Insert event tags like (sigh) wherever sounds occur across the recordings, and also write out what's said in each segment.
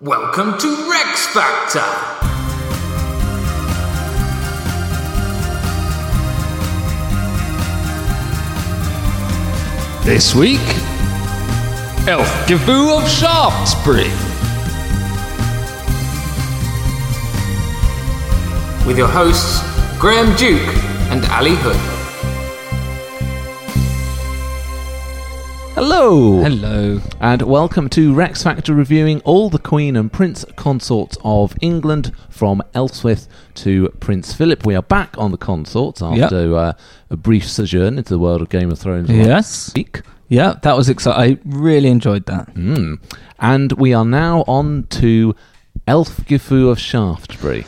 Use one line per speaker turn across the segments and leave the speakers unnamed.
Welcome to Rex Factor!
This week, Elf Gavu of Shaftesbury.
With your hosts, Graham Duke and Ali Hood.
Hello.
Hello.
And welcome to Rex Factor reviewing all the Queen and Prince consorts of England from Elswith to Prince Philip. We are back on the consorts after uh, a brief sojourn into the world of Game of Thrones
Yes.
last week.
Yeah, that was exciting. I really enjoyed that.
Mm. And we are now on to Elf Gifu of Shaftesbury.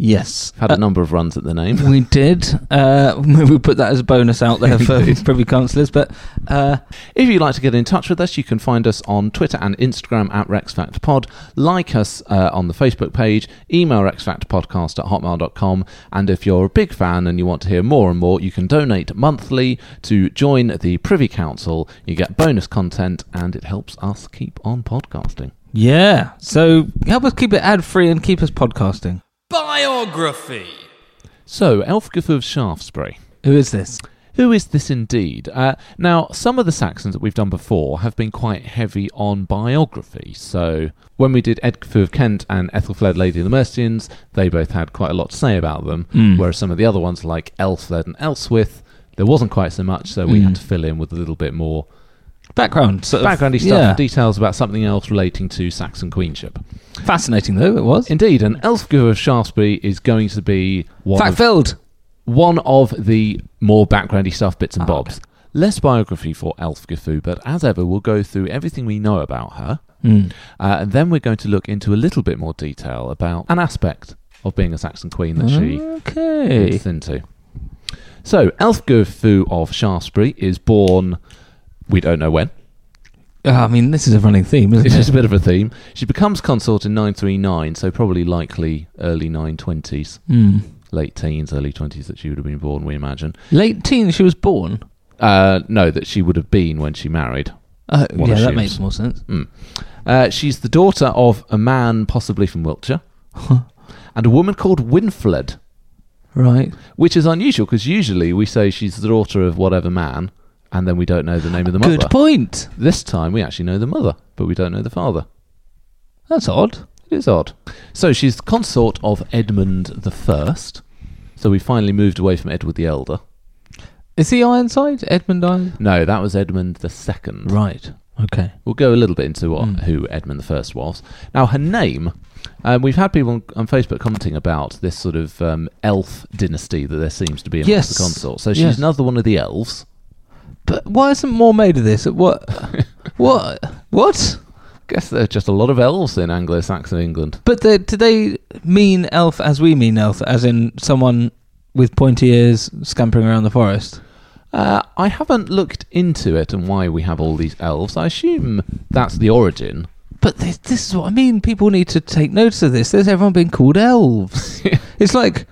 Yes.
Had a number of runs at the name.
we did. Uh, (laughs) we put that as a bonus
(laughs)
out there for privy councillors, but uh,
If you'd like to get in touch with us, you can find us on Twitter and Instagram at RexFactPod, like us uh, on the Facebook page, email RexFactPodcast at hotmail.com, and if you're a big fan and you want to hear more and more, you can donate monthly to join the Privy Council. You get bonus content, and it helps us keep on podcasting.
yeah. So help us keep it ad free and keep us podcasting.
Biography!
So, Elfgifu of Shaftesbury.
Who is this?
Who is this indeed? Uh, now, some of the Saxons that we've done before have been quite heavy on biography. So, when we did Edgfu of Kent and Ethelflaed, Lady of the Mercians, they both had quite a lot to say about them.
Mm.
Whereas some of the other ones, like Elfled and Elswith, there wasn't quite so much. So, we had to fill in with a little bit more
Background. Sort Mm. of-
backgroundy stuff
yeah.
and details about something else relating to Saxon queenship.
Fascinating though it was.
Indeed, and Elfgifu of Shaftesbury is going to be one
Fact
of
filled.
one of the more backgroundy stuff bits and
Ah,
bobs. Less biography for Elf Gifu, but as ever, we'll go through everything we know about her, uh, and then we're going to look into a little bit more detail about an aspect of being a Saxon queen that she
Okay.
gets into. So, Elf Gifu of Shaftesbury is born. We don't know when. (laughs)
Ah, I mean, this is a running theme, isn't
It's just
it?
a bit of a theme. She becomes consort in 939, so probably likely early 920s,
Hmm.
late teens, early 20s that she would have been born, we imagine.
Late teen, she was born.
Uh, no, that she would have been when she married.
Oh, yeah,
One
that
assumes.
makes more sense.
Uh, she's the daughter of a man, possibly from Wiltshire, and a woman called Winfled,
Right.
which is unusual because usually we say she's the daughter of whatever man, and then we don't know the name of the mother.
Good point.
This time we actually know the mother, but we don't know the father.
That's odd.
It is odd. So she's the consort of Edmund the First. So we finally moved away from Edward the Elder.
Is he Ironside? Edmund Iron?
No, that was Edmund the Second.
Right. Okay.
We'll go a little bit into
Hmm.
what, who Edmund I was. Now, her name, um, we've had people on, on Facebook commenting about this sort of um, elf dynasty that there seems to be amongst
Yes.
the consorts. So she's
Yes.
another one of the elves.
But why isn't more made of this? (laughs) What? what? What?
guess there are just a lot of elves in Anglo Saxon England.
But the, do they mean elf as we mean elf, as in someone with pointy ears scampering around the forest?
Uh, I haven't looked into it and why we have all these elves. I assume that's the origin.
But this, this is what I mean. People need to take notice of this. There's everyone being called (laughs) elves. it's like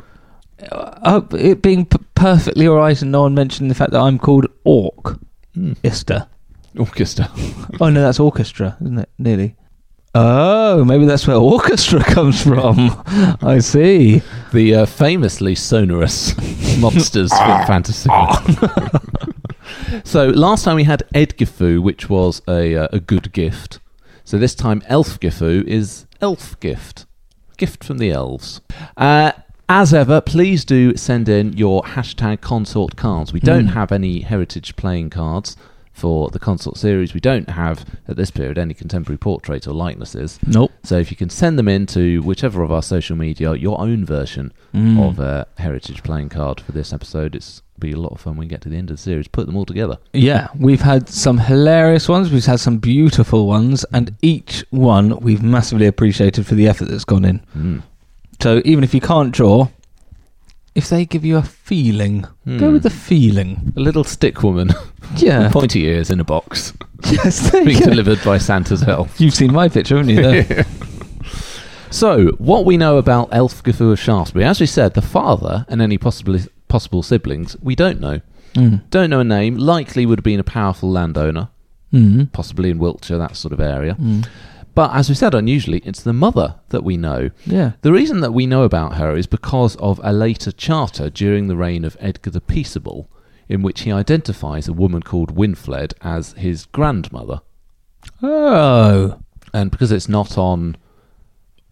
uh, it being p- perfectly all right and no one mentioning the fact that I'm called orc.
Hmm.
Ista.
Orchestra.
Oh no, that's orchestra, isn't it? Nearly. Oh, maybe that's where orchestra (laughs) comes from. (laughs) I see.
the uh, famously sonorous (laughs) monsters from Fantasy. (laughs) so last time we had Edgifu, which was a uh, a good gift. So this time Elfgifu is elf gift, gift from the elves. Uh, as ever, please do send in your hashtag consort cards. We don't have any heritage playing cards for the consort series. We don't have at this period any contemporary portraits or likenesses.
Nope.
So if you can send them in to whichever of our social media, your own version
Hmm. Mm.
of a heritage playing card for this episode, it's be a lot of fun when we get to the end of the series. Put them all together.
Yeah, we've had some hilarious ones. We've had some beautiful ones, and each one we've massively appreciated for the effort that's gone in. So even if you can't draw, if they give you a feeling, go with the feeling.
A little stick woman,
Hmm. (laughs) Yeah.
(laughs) pointy ears in a box,
yes. There
being
you go.
delivered by Santa's help.
You've seen my picture, haven't you? (laughs) though?
So, what we know about Elf Gifu of Shaftesbury, as we said, the father and any possibly possible siblings, we don't know.
Hmm.
Don't know a name.
Hmm.
Likely would have been a powerful landowner, possibly in Wiltshire, that sort of area. But as we said, unusually, it's the mother that we know.
Yeah.
The reason that we know about her is because of a later charter during the reign of Edgar the Peaceable, in which he identifies a woman called Winfled as his grandmother.
Oh.
And because it's not on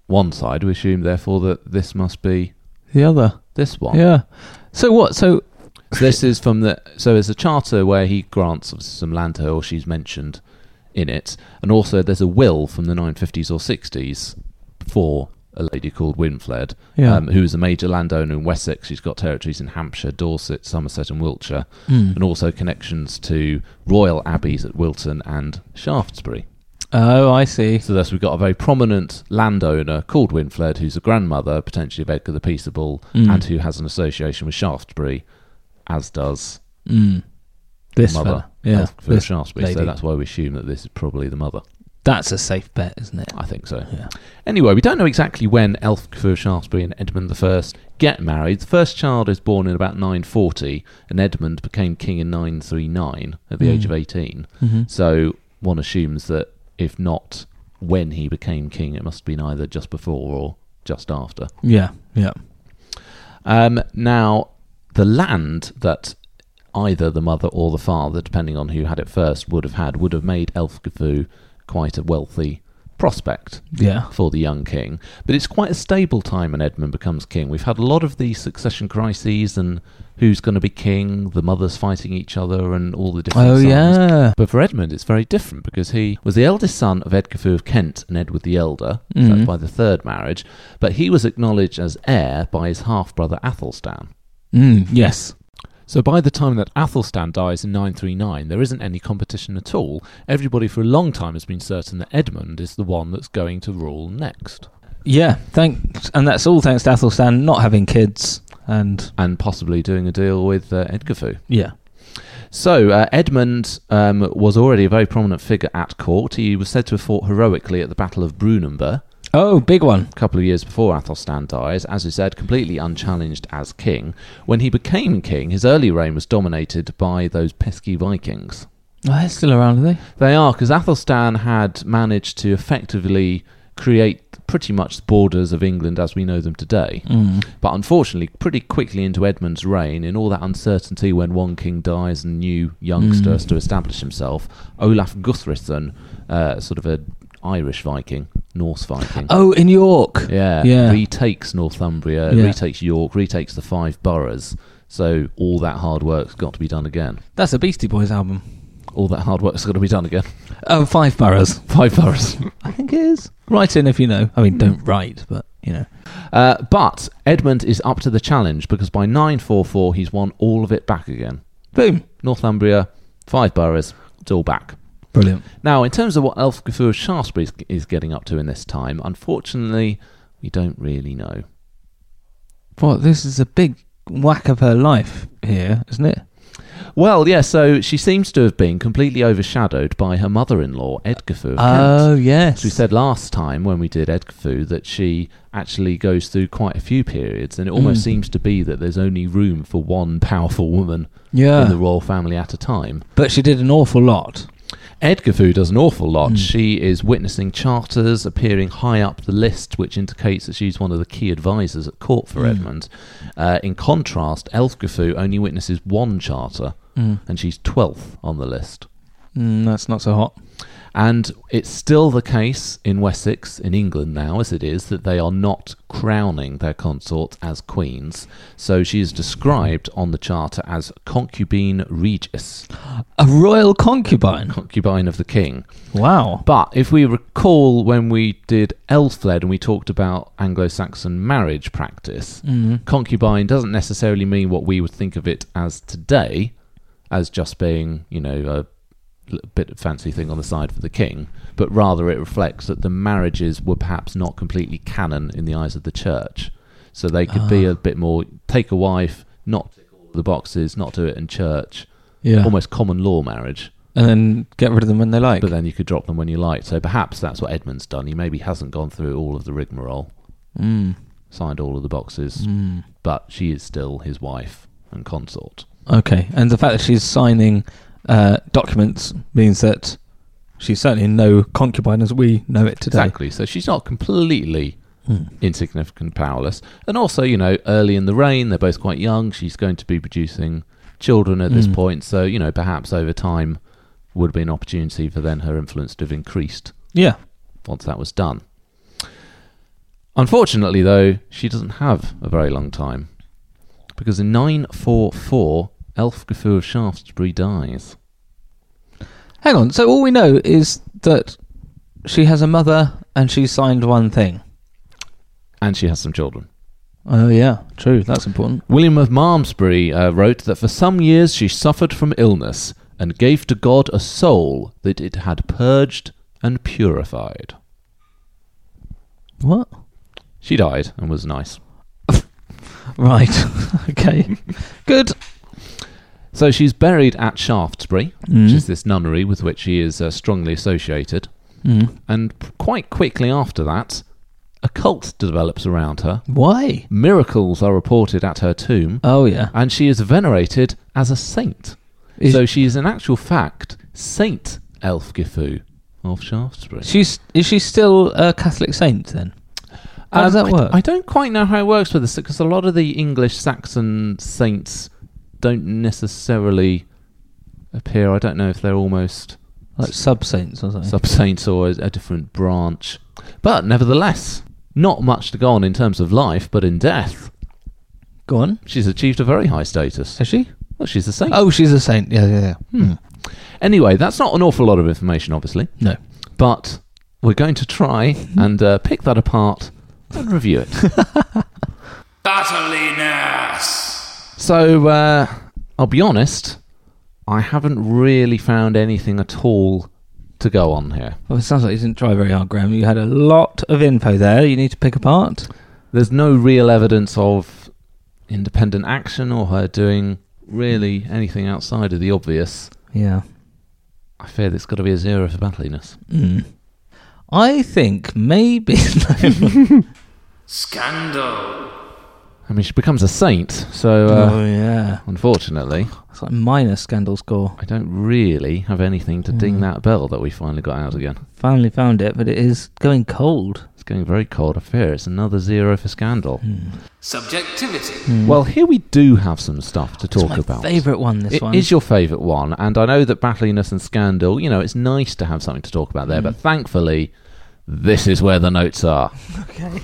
one side, we assume therefore that this must be
The other.
this one.
Yeah. So what? So
So this is from the so there's a charter where he grants obviously some land to her, or she's mentioned in it, and also there's a will from the 950s or 60s for a lady called Winfled,
Yeah.
um, who is a major landowner in Wessex. She's got territories in Hampshire, Dorset, Somerset, and Wiltshire,
Mm.
and also connections to royal abbeys at Wilton and Shaftesbury.
Oh, I see.
So thus we've got a very prominent landowner called Winfled, who's a grandmother potentially of Edgar the Peaceable,
Mm.
and who has an association with Shaftesbury, as does
Mm. This
mother
fella. Yeah.
of Phil
This.
Shaftesbury. So
lady.
that's why we assume that this is probably the mother.
That's a safe bet, isn't it?
I think so.
Yeah.
Anyway, we don't know exactly when Elf Phil Shaftesbury and Edmund I get married. The first child is born in about 940, and Edmund became king in 939 at the
Mm.
age of 18.
Mhm.
So one assumes that if not when he became king, it must be neither just before or just after.
Yeah. Yeah.
Um, now, the land that either the mother or the father, depending on who had it first, would have had, would have made Elfgifu quite a wealthy prospect
Yeah.
for the young king. But it's quite a stable time when Edmund becomes king. We've had a lot of these succession crises and who's going to be king, the mothers fighting each other, and all the different
Oh
sons.
yeah.
But for Edmund, it's very different because he was the eldest son of Edgar of Kent and Edward the Elder, so that's
Mhm.
by the third marriage. But he was acknowledged as heir by his half brother Athelstan.
Mm, yes.
So by the time that Athelstan dies in 939, there isn't any competition at all. Everybody for a long time has been certain that Edmund is the one that's going to rule next.
Yeah. Thanks, and that's all thanks to Athelstan not having kids and
And possibly doing a deal with uh, Edgarfu.
yeah.
So, uh, Edmund um, was already a very prominent figure at court. He was said to have fought heroically at the Battle of Brunanburh,
Oh, big one.
a couple of years before Athelstan dies, as we said, completely unchallenged as king. When he became king, his early reign was dominated by those pesky Vikings.
Oh, they're still around, are they?
They are, because Athelstan had managed to effectively create pretty much the borders of England as we know them today.
Mm.
But unfortunately, pretty quickly into Edmund's reign, in all that uncertainty when one king dies and new youngster
Mm.
has to establish himself, Olaf Guthrisson, uh, sort of a Irish Viking, Norse Viking.
Oh, in York.
Yeah,
Yeah.
retakes Northumbria,
Yeah.
retakes York, retakes the five boroughs. So all that hard work's got to be done again.
That's a Beastie Boys album.
All that hard work's got to be done again.
Oh, Five Boroughs.
(laughs) Five boroughs.
I think it is. Write in if you know. I mean, don't write, but you know.
Uh, but Edmund is up to the challenge because by 944 he's won all of it back again.
Boom.
Northumbria, five boroughs, it's all back.
Brilliant.
Now, in terms of what Elf Gafur of Shaftesbury is- is getting up to in this time, unfortunately, we don't really know.
Well, this is a big whack of her life here, isn't it?
Well, yeah, so she seems to have been completely overshadowed by her mother-in-law, Edgafu of Kent.
Oh yes.
So we said last time when we did Edgafu that she actually goes through quite a few periods, and it almost
Mm.
seems to be that there's only room for one powerful woman in the
Yeah.
royal family at a time.
But she did an awful lot.
Edgafu does an awful lot.
Mm.
She is witnessing charters appearing high up the list, which indicates that she's one of the key advisors at court for
Mm.
Edmund. Uh, in contrast, Elfgafu only witnesses one charter,
Mm.
and she's 12th on the list.
Mm, that's not so hot.
And it's still the case in Wessex, in England now, as it is, that they are not crowning their consorts as queens. So she is described on the charter as concubine regis,
A royal concubine.
concubine of the king.
Wow.
But if we recall when we did Elfled and we talked about Anglo Saxon marriage practice,
Mm.
concubine doesn't necessarily mean what we would think of it as today, as just being, you know, a l- bit of fancy thing on the side for the king, but rather it reflects that the marriages were perhaps not completely canon in the eyes of the church. So they could be
Ah.
a bit more take a wife, not tick all the boxes, not do it in church,
Yeah.
almost common law marriage.
And then get rid of them when they like.
But then you could drop them when you like. So perhaps that's what Edmund's done. He maybe hasn't gone through all of the rigmarole,
Mm.
signed all of the boxes,
Mm.
but she is still his wife and consort.
Okay. And the fact that she's signing uh, documents means that She's certainly no concubine as we know it today.
Exactly. So she's not completely hmm. insignificant, powerless. And also, you know, early in the reign, they're both quite young. She's going to be producing children at this
Mm.
point. So, you know, perhaps over time would be an opportunity for then her influence to have increased
Yeah.
once that was done. Unfortunately, though, she doesn't have a very long time because in 944, Elfgifu of Shaftesbury dies.
Hang on. So all we know is that she has a mother and she signed one thing.
And she has some children.
Oh yeah, true. That's important.
William of Malmesbury uh, wrote that for some years she suffered from illness and gave to God a soul that it had purged and purified.
What?
She died and was nice.
Right. (laughs) okay. Good.
So she's buried at Shaftesbury,
Mm.
which is this nunnery with which she is uh, strongly associated.
Mm.
And p- quite quickly after that, a cult develops around her.
Why?
Miracles are reported at her tomb,
Oh yeah.
and she is venerated as a saint.
Is-
so she is, in actual fact, Saint Elfgifu of Shaftesbury.
She's is she still a Catholic saint then? How does
Um,
that
I d-
work?
I, don't quite know how it works with this because a lot of the English Saxon saints don't necessarily appear. I don't know if they're almost
like sub saints or something.
sub saints or a different branch. But nevertheless, not much to go on in terms of life, but in death,
Go on.
she's achieved a very high status.
Is she?
Well, she's a saint.
Oh, she's a saint. Yeah, yeah, yeah.
Hmm. Anyway, that's not an awful lot of information, obviously,
No.
but we're going to
(laughs)
try and uh, pick that apart and review it.
Battliness!
So uh, I'll be honest, I haven't really found anything at all to go on here.
Well, it sounds like you didn't try very hard, Graham. You had a lot of info there. You need to pick apart.
There's no real evidence of independent action or her doing really anything outside of the obvious.
Yeah.
I fear there's got to be a zero for battliness.
Mm. I think maybe. (laughs) Oh,
Scandal!
I mean, she becomes a saint, so uh,
oh yeah.
unfortunately,
It's like minor scandal score.
I don't really have anything to
Mm.
ding that bell that we finally got out again.
Finally found it, but it is going cold.
It's getting very cold. I fear it's another zero for scandal.
Subjectivity!
Well, here we do have some stuff to talk
Mm. it's my
about.
Favorite one. This
It
one
is your favourite one, and I know that Battliness and Scandal, you know, it's nice to have something to talk about there,
Mm.
but thankfully, this is where the notes are.
(laughs) okay.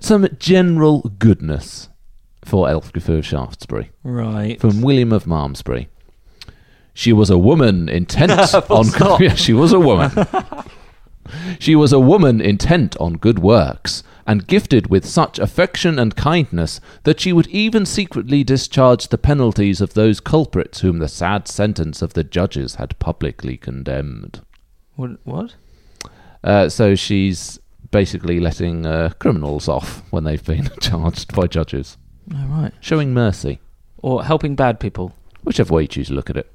Some general goodness for Elfgifu of Shaftesbury
Right.
from William of Malmesbury. She was a woman intent on (laughs) yeah, she was a woman. she was a woman intent on good works and gifted with such affection and kindness that she would even secretly discharge the penalties of those culprits whom the sad sentence of the judges had publicly condemned.
What? What?
Uh, so she's basically letting uh, criminals off when they've been (laughs) charged by judges,
All Oh, right.
showing mercy.
Or helping bad people.
whichever way you choose to look at it.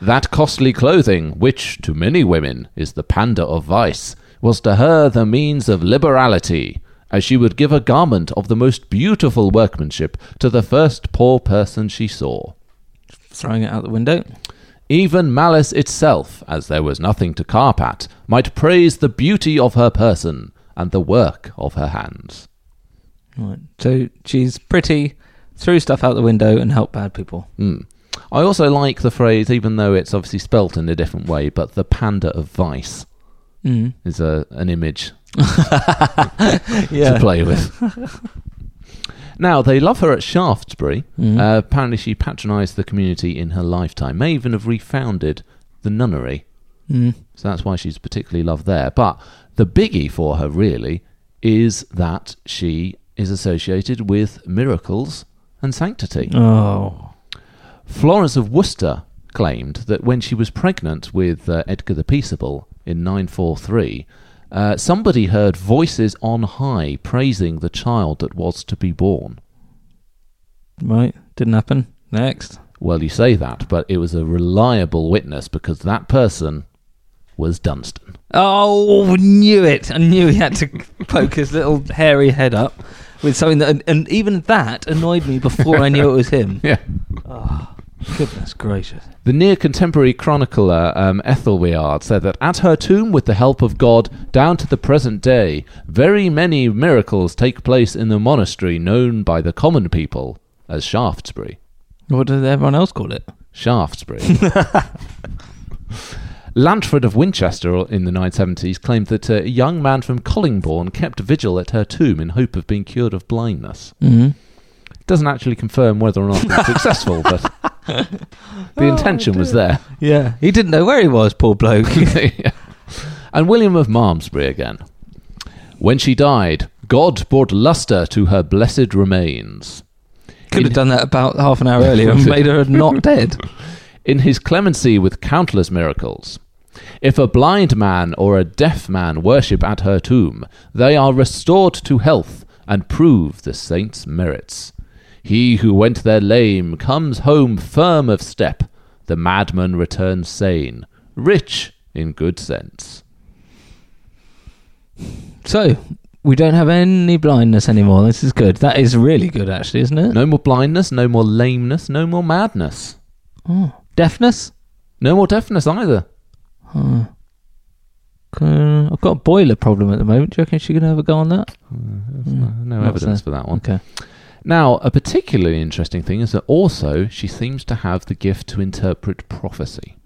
that costly clothing, which to many women is the panda of vice, was to her the means of liberality, as she would give a garment of the most beautiful workmanship to the first poor person she saw.
Throwing it out the window.
Even malice itself, as there was nothing to carp at, might praise the beauty of her person and the work of her hands.
Right. So she's pretty, threw stuff out the window and helped bad people.
Mm. I also like the phrase, even though it's obviously spelt in a different way, but the panda of vice.
Mm.
is a, an image
(laughs) Yeah.
to play with. now, they love her at Shaftesbury. Uh, apparently, she patronised the community in her lifetime, may even have refounded the nunnery.
Mm.
So that's why she's particularly loved there. But the biggie for her, really, is that she is associated with miracles and sanctity.
Oh.
Florence of Worcester claimed that when she was pregnant with uh, Edgar the Peaceable in 943, uh, somebody heard voices on high praising the child that was to be born.
Right. Didn't happen. Next.
Well, you say that, but it was a reliable witness because that person was Dunstan.
Oh, knew it. I knew he (laughs) had to poke his little hairy head up with something that, and, and even that annoyed me before I knew it was him.
Yeah.
(laughs) Goodness gracious.
The near contemporary chronicler um, Ethelweard said that at her tomb, with the help of God, down to the present day, very many miracles take place in the monastery known by the common people as Shaftesbury.
What did everyone else call it?
Shaftesbury. Lantford of Winchester in the 970s claimed that a young man from Collingbourne kept vigil at her tomb in hope of being cured of blindness.
Mm-hmm.
Doesn't actually confirm whether or not it was successful, but the intention was there.
Yeah. He didn't know where he was, poor bloke.
(laughs)
(laughs)
and William of Malmesbury again. When she died, God brought lustre to her blessed remains.
Could have done that about half an hour earlier and made her not dead.
in his clemency with countless miracles. If a blind man or a deaf man worship at her tomb, they are restored to health and prove the saint's merits. He who went there lame comes home firm of step, the madman returns sane, rich in good sense.
So, we don't have any blindness anymore. This is good. That is really good, actually, isn't it?
No more blindness, no more lameness, no more madness,
Deafness?
no more deafness either.
Uh, I've got a boiler problem at the moment. Do you reckon she's going to have a go on that?
No
Not
evidence
so.
for that one.
Okay.
Now, a particularly interesting thing is that also she seems to have the gift to interpret prophecy.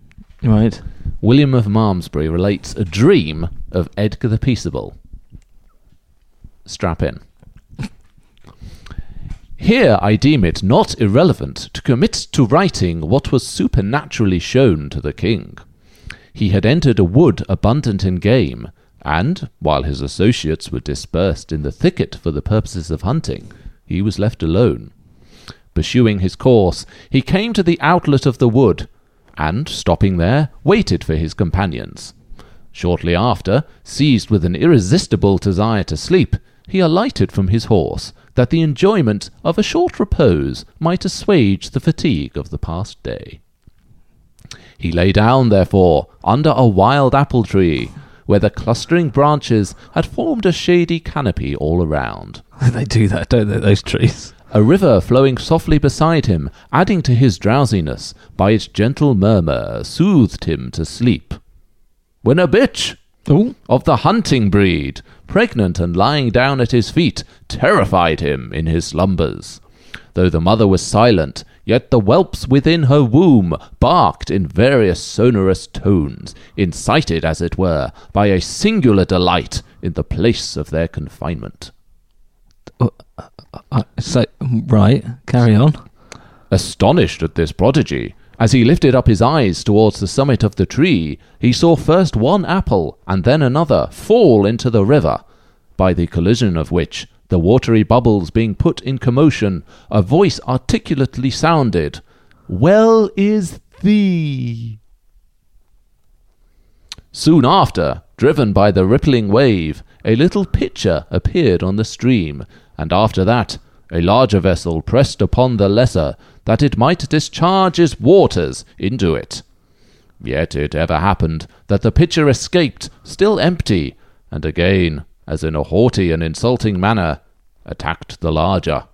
Right. (laughs)
William of Malmesbury relates a dream of Edgar the Peaceable. Strap in. Here I deem it not irrelevant to commit to writing what was supernaturally shown to the king. He had entered a wood abundant in game, and, while his associates were dispersed in the thicket for the purposes of hunting, he was left alone. Pursuing his course, he came to the outlet of the wood, and, stopping there, waited for his companions. Shortly after, seized with an irresistible desire to sleep, he alighted from his horse, that the enjoyment of a short repose might assuage the fatigue of the past day. He lay down, therefore, under a wild apple tree, where the clustering branches had formed a shady canopy all around.
they do that, don't they, those trees?
A river flowing softly beside him, adding to his drowsiness, by its gentle murmur, soothed him to sleep. When a bitch
Oh.
of the hunting breed, pregnant and lying down at his feet, terrified him in his slumbers. Though the mother was silent, yet the whelps within her womb barked in various sonorous tones, incited, as it were, by a singular delight in the place of their confinement.
Uh, so, right. Carry on.
Astonished at this prodigy, as he lifted up his eyes towards the summit of the tree, he saw first one apple and then another fall into the river, by the collision of which, the watery bubbles being put in commotion, a voice articulately sounded, Well is thee. Soon after, driven by the rippling wave, a little pitcher appeared on the stream, and after that, a larger vessel pressed upon the lesser, that it might discharge its waters into it. Yet it ever happened that the pitcher escaped, still empty, and again, as in a haughty and insulting manner, attacked the larger.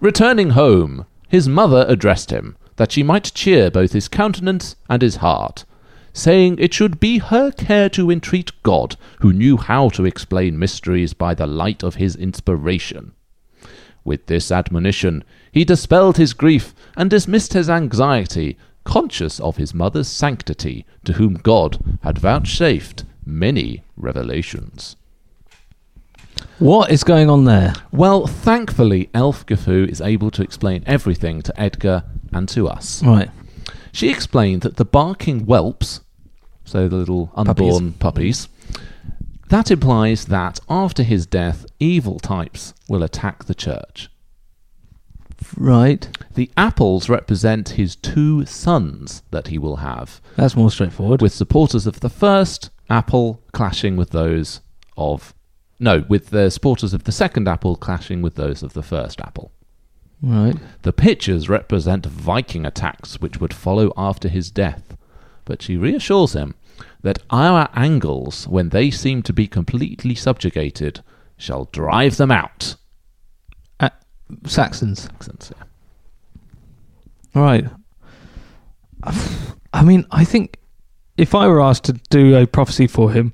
Returning home, his mother addressed him, that she might cheer both his countenance and his heart, saying it should be her care to entreat God, who knew how to explain mysteries by the light of his inspiration. With this admonition, he dispelled his grief and dismissed his anxiety, conscious of his mother's sanctity, to whom God had vouchsafed many revelations.
What is going on there?
Well, thankfully, Elf Gafu is able to explain everything to Edgar and to us.
Right.
She explained that the barking whelps, so the little unborn puppies, that implies that after his death, evil types will attack the church.
Right.
The apples represent his two sons that he will have,
That's more straightforward.
with supporters of the first apple clashing with those of. No, with the supporters of the second apple clashing with those of the first apple.
right.
The pictures represent Viking attacks which would follow after his death, but she reassures him that our angles, when they seem to be completely subjugated, shall drive them out.
Uh, Saxons.
Accents, yeah.
Right. (sighs) I mean, I think if I were asked to do a prophecy for him,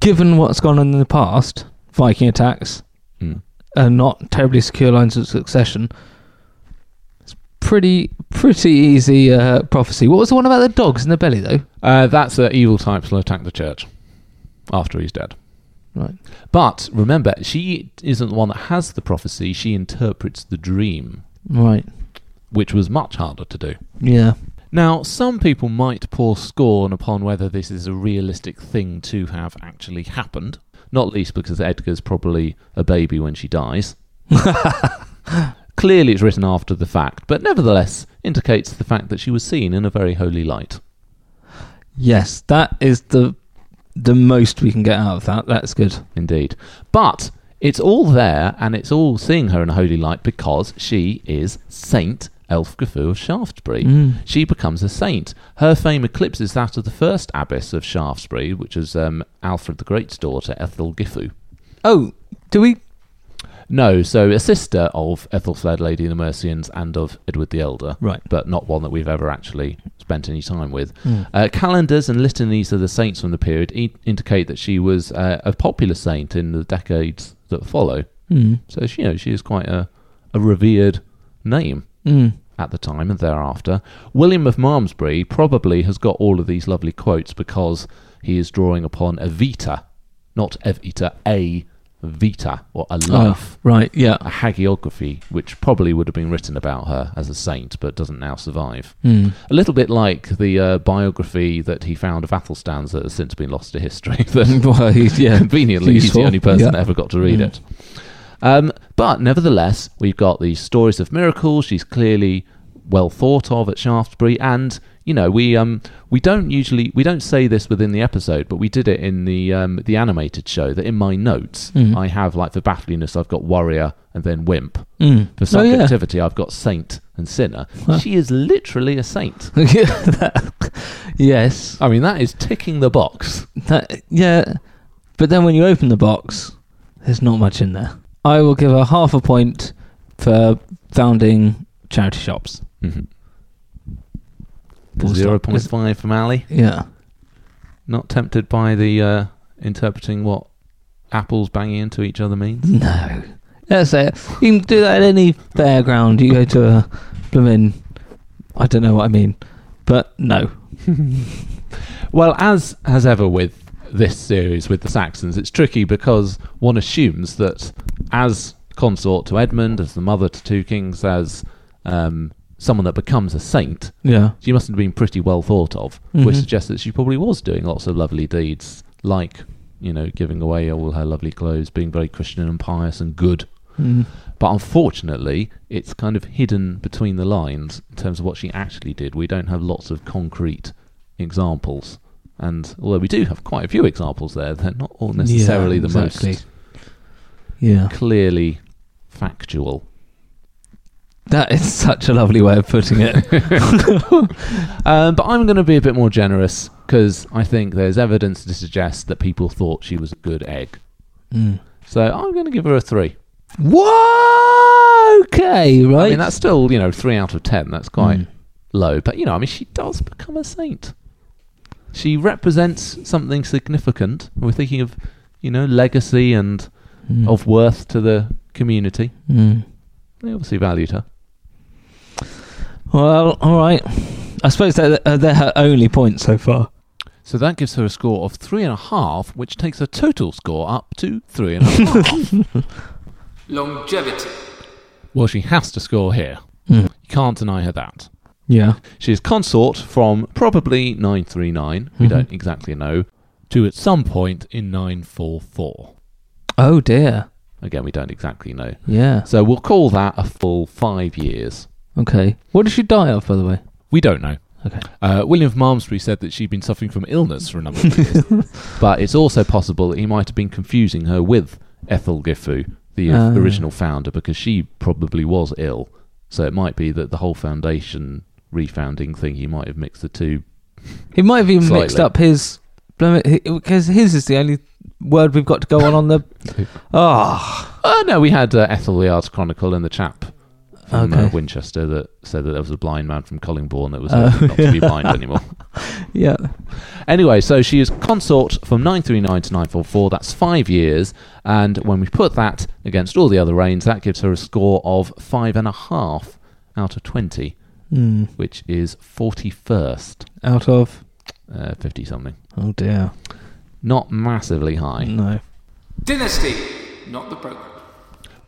given what's gone on in the past, Viking attacks
Mm.
and not terribly secure lines of succession, it's pretty pretty easy uh, prophecy. What was the one about the dogs in the belly though?
Uh, that's the evil types will attack the church after he's dead.
Right.
But remember, she isn't the one that has the prophecy. She interprets the dream,
Right.
which was much harder to do.
Yeah.
Now, some people might pour scorn upon whether this is a realistic thing to have actually happened, not least because Edgar's probably a baby when she dies. Clearly, it's written after the fact, but nevertheless indicates the fact that she was seen in a very holy light.
Yes, that is the the most we can get out of that. That's good.
Indeed. But it's all there and it's all seeing her in a holy light because she is Saint Elfgifu of Shaftesbury.
Mm.
She becomes a saint. Her fame eclipses that of the first abbess of Shaftesbury, which is um, Alfred the Great's daughter, Ethelgifu.
Oh, do we?
No, so a sister of Ethelflaed, Lady of the Mercians, and of Edward the Elder,
Right.
but not one that we've ever actually spent any time with. Uh, calendars and litanies of the saints from the period e- indicate that she was uh, a popular saint in the decades that follow.
Mm.
So she, you know, she is quite a, a revered name
Mm.
at the time and thereafter. William of Malmesbury probably has got all of these lovely quotes because he is drawing upon Evita, not Evita, a Vita or a life,
Oh, right. Yeah.
a hagiography, which probably would have been written about her as a saint but doesn't now survive.
Mm.
A little bit like the uh, biography that he found of Athelstan's that has since been lost to history. (laughs) that
well, he's- yeah.
conveniently he's the
Useful.
only person
Yeah.
that ever got to read
Mm.
it. Um, but nevertheless, we've got these stories of miracles. She's clearly well thought of at Shaftesbury, and you know we um, we don't usually we don't say this within the episode, but we did it in the um, the animated show. That in my notes
Mm.
I have like for battliness I've got warrior and then wimp.
Mm.
For
Oh, yeah. (laughs)
subjectivity I've got saint and sinner.
Wow.
She is literally a saint.
Yeah, that- yes.
I mean that is ticking the box.
That, yeah. But then when you open the box, there's not much in there. I will give her half a point for founding charity shops. Full stop.
Mm-hmm. Zero point five from Ali.
Yeah.
Not tempted by the uh, interpreting what apples banging into each other means?
No. That's it. You can do that at any fairground. You go to a blooming. I don't know what I mean. But no.
Well, as as ever with this series with the Saxons, it's tricky because one assumes that as consort to Edmund, as the mother to two kings, as um, someone that becomes a saint,
Yeah.
she must have been pretty well thought of, which
Mhm.
suggests that she probably was doing lots of lovely deeds, like you know giving away all her lovely clothes, being very Christian and pious and good.
Mm.
But unfortunately, it's kind of hidden between the lines in terms of what she actually did. We don't have lots of concrete examples. And although we do have quite a few examples there, they're not all necessarily
Yeah,
the
exactly.
most
Yeah.
clearly factual.
That is such a lovely way of
(laughs)
putting it.
Um, but I'm going to be a bit more generous because I think there's evidence to suggest that people thought she was a good egg.
Mm.
So I'm going to give her a three.
Whoa! Okay, right.
I mean, that's still, you know, three out of ten. That's quite
Mm.
low. But, you know, I mean, she does become a saint. She represents something significant. We're thinking of, you know, legacy and
Mm.
of worth to the community.
Mm.
They obviously valued her.
Well, all right. I suppose they're, uh, they're her only point so far.
So that gives her a score of three and a half, which takes her total score up to three and a half.
Longevity.
(laughs) well, she has to score here.
Mm.
You can't deny her that.
Yeah.
Hmm. She is consort from probably 939, we
Mhm.
don't exactly know, Hmm. to at some point in 944.
Oh dear.
Again, we don't exactly know.
Yeah.
So we'll call that a full five years.
Okay. What did she die of, by the way?
We don't know.
Okay.
Uh, William of Malmesbury said that she'd been suffering from illness for a number of
(laughs)
years, but it's also possible that he might have been confusing her with Ethel Gifu, the uh,
Ah.
original founder, because she probably was ill. So it might be that the whole foundation refounding thing, he might have mixed the two.
He might have even mixed
Slightly.
up his because his is the only word we've got
(laughs)
to go on on the. Ah.
Oh, no, we had uh, Ethel the Arts Chronicle and the chap from uh,
Okay.
Winchester that said that there was a blind man from Collingbourne that was
Oh,
uh, not to be
(laughs)
blind anymore.
Yeah.
Anyway, so she is consort from 939 to 944. That's five years. And when we put that against all the other reigns, that gives her a score of five and a half out of 20,
Hmm.
which is 41st,
Out of.
50 something.
Oh dear.
Not massively high.
No.
Dynasty, not the program.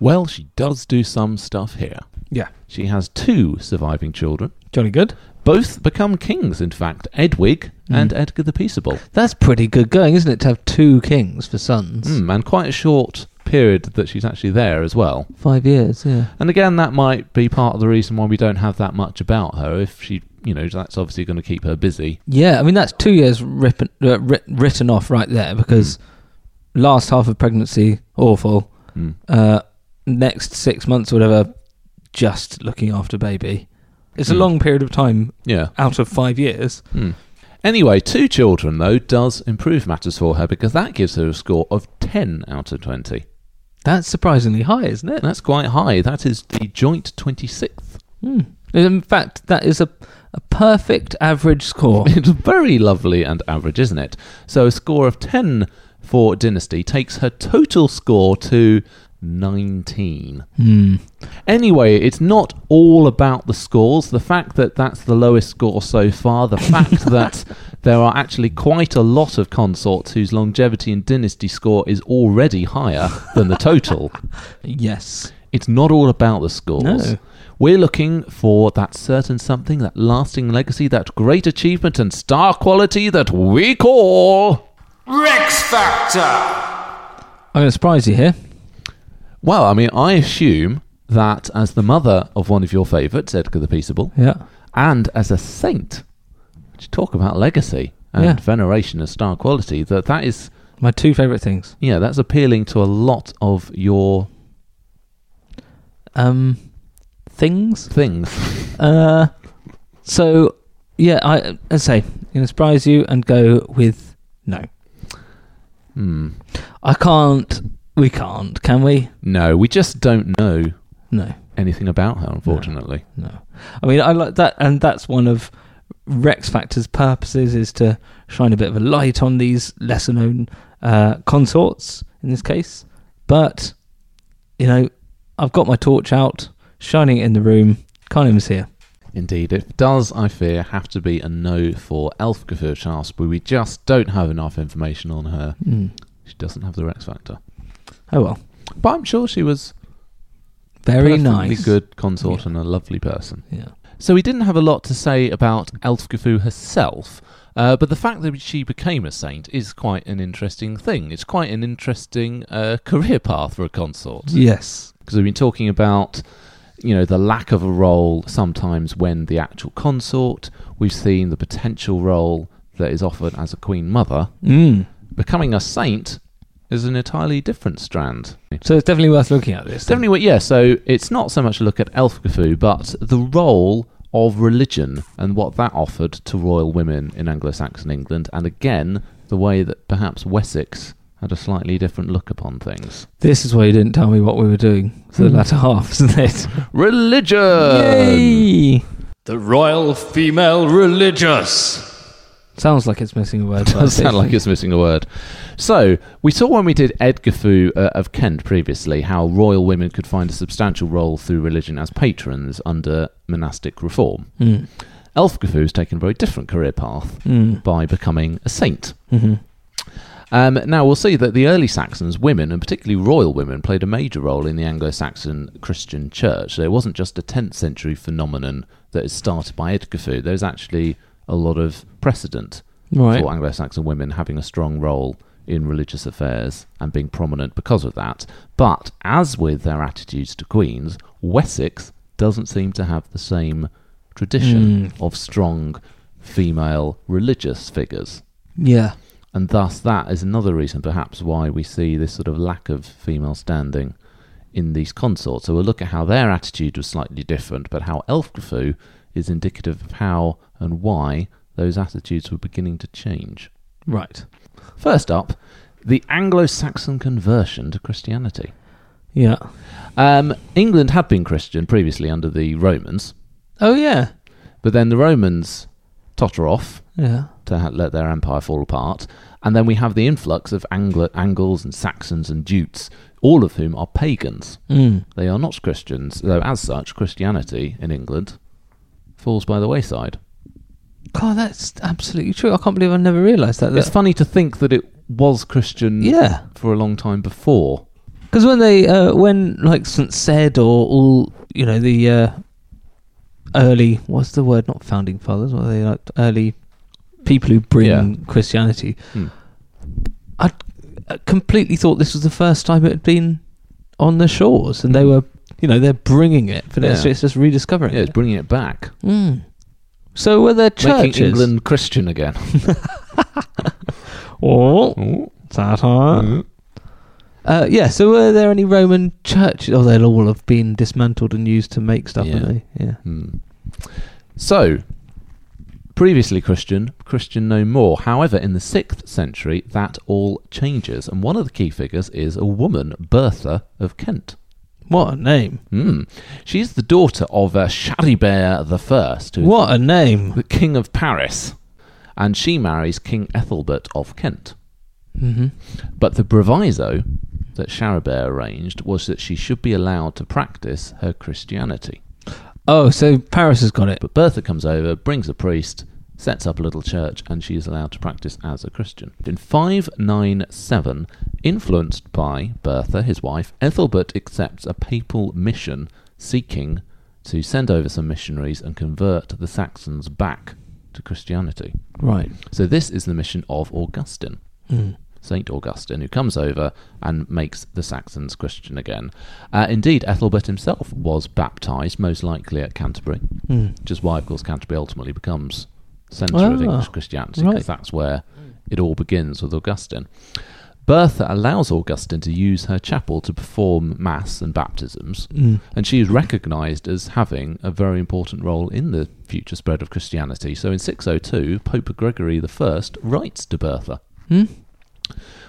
Well, she does do some stuff here.
Yeah.
She has two surviving children.
Jolly good.
Both become kings, in fact, Edwig and Edgar the Peaceable.
That's pretty good going, isn't it? To have two kings for sons.
Mm, and quite a short period that she's actually there as well.
Five years. Yeah.
And again, that might be part of the reason why we don't have that much about her. If she, you know, that's obviously going to keep her busy.
Yeah. I mean, that's two years rippin uh, writ- written off right there because last half of pregnancy awful.
Mm.
Uh, next six months or whatever, just looking after baby. It's a
Hmm.
long period of time
Yeah.
out of five years.
Mm. Anyway, two children, though, does improve matters for her because that gives her a score of 10 out of 20.
That's surprisingly high, isn't it?
That's quite high. That is the joint 26th.
Hmm. In fact, that is a, a perfect average
(laughs)
score.
It's very lovely and average, isn't it? So a score of 10 for Dynasty takes her total score to 19.
Hmm.
Anyway, it's not all about the scores. The fact that that's the lowest score so far, the fact that there are actually quite a lot of consorts whose longevity and dynasty score is already higher than the total.
Yes.
It's not all about the scores.
No.
We're looking for that certain something, that lasting legacy, that great achievement and star quality that we call.
Rex Factor!
I'm going to surprise you here.
Well, I mean, I assume that as the mother of one of your favourites, Edgar the Peaceable,
Yeah.
and as a saint, to talk about legacy and
Yeah.
veneration and star quality, that that is,
My two favourite things.
yeah, that's appealing to a lot of your
Um, things.
things.
Uh, so, yeah, I, as I say, I'm going to surprise you and go with no.
Hmm.
I can't. We can't, can we?
No, we just don't know
No.
anything about her, unfortunately.
No. I mean, I like that, and that's one of Rex Factor's purposes is to shine a bit of a light on these lesser known uh, consorts in this case. But, you know, I've got my torch out, shining it in the room, can't even see her.
Indeed, it does, I fear, have to be a no for Elf Charles, but we just don't have enough information on her.
Mm.
She doesn't have the Rex Factor.
Oh well.
But I'm sure she was
Very
perfectly
nice.
good consort
Yeah.
and a lovely person.
Yeah.
So we didn't have a lot to say about Elfgifu herself, uh, but the fact that she became a saint is quite an interesting thing. It's quite an interesting uh, career path for a consort
Yes.
because we've been talking about you know the lack of a role sometimes when the actual consort. We've seen the potential role that is offered as a queen mother.
Mm.
Becoming a saint is an entirely different strand.
So it's definitely worth looking at this.
It's definitely what, yeah. So it's not so much a look at Elfgifu, but the role of religion and what that offered to royal women in Anglo-Saxon England, and again the way that perhaps Wessex had a slightly different look upon things.
This is why you didn't tell me what we were doing for the
Hmm.
latter (laughs) half, isn't it?
Religion.
Yay!
The Royal Female Religious.
Sounds like it's missing a
(laughs)
word. but
Does sound like it's missing a word. So we saw when we did Edgar Fu uh, of Kent previously how royal women could find a substantial role through religion as patrons under monastic reform.
Mm.
Elfgifu has taken a very different career path
Mm.
by becoming a saint.
Mhm.
Um, now we'll see that the early Saxons, women and particularly royal women, played a major role in the Anglo-Saxon Christian Church. So it wasn't just a 10th century phenomenon that is started by Edgar Fu. There's actually a lot of precedent
Right.
for Anglo-Saxon women having a strong role in religious affairs and being prominent because of that. But as with their attitudes to queens, Wessex doesn't seem to have the same tradition of strong female religious figures.
Yeah.
And thus, that is another reason, perhaps, why we see this sort of lack of female standing in these consorts. So we'll look at how their attitude was slightly different, but how Elfgrafu is indicative of how and why those attitudes were beginning to change.
Right.
First up, the Anglo Saxon conversion to Christianity.
Yeah.
Um, England had been Christian previously under the Romans,
Oh yeah.
but then the Romans totter off
Yeah.
to ha- let their empire fall apart, and then we have the influx of Anglo- Angles and Saxons and Jutes, all of whom are pagans.
Mm.
They are not Christians, though as such, Christianity in England falls by the wayside.
God, that's absolutely true. I can't believe I never realised that.
It's
that
funny to think that it was Christian
yeah.
for a long time before.
Because when they, uh, when like St said or all, you know, the uh, early, what's the word? Not founding fathers. What are they like? Early people who bring
Yeah.
Christianity.
Hmm.
I I completely thought this was the first time it had been on the shores, and they were, you know, they're bringing it, but it's,
Hmm. Yeah.
it's just rediscovering
Yeah, it's
it.
bringing it back,
Mm. So were there churches?
making England Christian again.
Oh, satire. Uh, yeah, so were there any Roman churches? Oh, they'll all have been dismantled and used to make stuff,
Yeah.
haven't they? Yeah.
Hmm. So, previously Christian, Christian no more. However, in the 6th century, that all changes, and one of the key figures is a woman, Bertha of Kent.
What a name.
Hmm. She's the daughter of uh, Charibert the First, who's
What a name.
the King of Paris, and she marries King Ethelbert of Kent.
Mm-hmm.
But the proviso that Charibert arranged was that she should be allowed to practice her Christianity.
Oh, so Paris has got it.
But Bertha comes over, brings a priest, sets up a little church, and she is allowed to practice as a Christian. In 597, influenced by Bertha, his wife, Ethelbert accepts a papal mission seeking to send over some missionaries and convert the Saxons back to Christianity.
Right. Mm.
So this is the mission of Augustine. Saint Augustine, who comes over and makes the Saxons Christian again. Uh, indeed, Ethelbert himself was baptized, most likely at Canterbury,
Mm.
which is why, of course, Canterbury ultimately becomes centre of
Ah,
English Christianity, because
right.
that's where it all begins with Augustine. Bertha allows Augustine to use her chapel to perform mass and baptisms,
Mm.
and she is recognised as having a very important role in the future spread of Christianity. So in 602, Pope Gregory I writes to Bertha.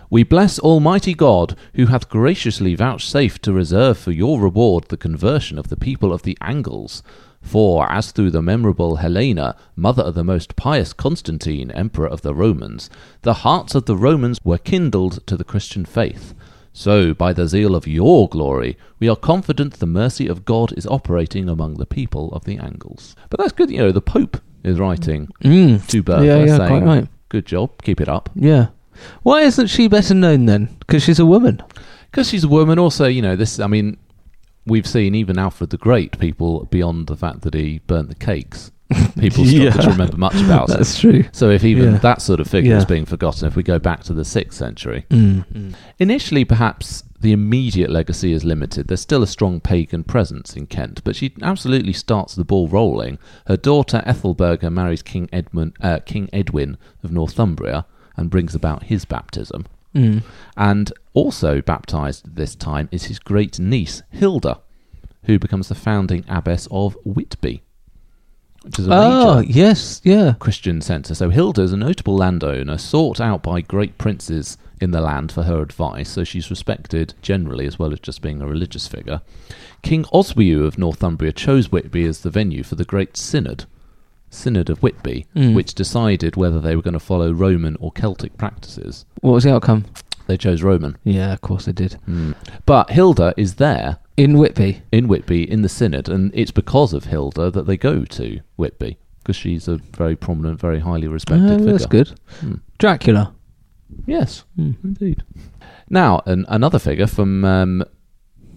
We bless Almighty God, who hath graciously vouchsafed to reserve for your reward the conversion of the people of the Angles. For as through the memorable Helena, mother of the most pious Constantine, emperor of the Romans, the hearts of the Romans were kindled to the Christian faith, so by the zeal of your glory, we are confident the mercy of God is operating among the people of the Angles. But that's good, you know. The Pope is writing
Mm.
to Bertha
Yeah, yeah,
saying,
quite right.
"Good job, keep it up."
Yeah. Why isn't she better known then? Because she's a woman.
Because she's a woman, also, you know, this, I mean, we've seen even Alfred the Great, people beyond the fact that he burnt the cakes, people
Yeah.
still don't remember much
(laughs)
about it.
true.
So if even
Yeah.
that sort of figure is
Yeah.
being forgotten, if we go back to the 6th century,
Mm.
initially perhaps the immediate legacy is limited. There's still a strong pagan presence in Kent, but she absolutely starts the ball rolling. Her daughter Ethelberga marries King, Edmund, uh, King Edwin of Northumbria and brings about his baptism.
Mm.
And also baptized at this time is his great niece, Hilda, who becomes the founding abbess of Whitby, which is a
Oh,
major
yes. Yeah.
Christian centre. So Hilda is a notable landowner, sought out by great princes in the land for her advice, so she's respected generally as well as just being a religious figure. King Oswiu of Northumbria chose Whitby as the venue for the great synod, Synod of Whitby,
Mm.
which decided whether they were going to follow Roman or Celtic practices.
What was the outcome?
They chose Roman.
Yeah, of course they did.
Hmm. But Hilda is there
In Whitby.
in Whitby in the synod, and it's because of Hilda that they go to Whitby because she's a very prominent, very highly respected
Oh,
figure.
that's good.
Hmm.
Dracula.
Yes,
Hmm.
indeed. Now, an, another figure from um,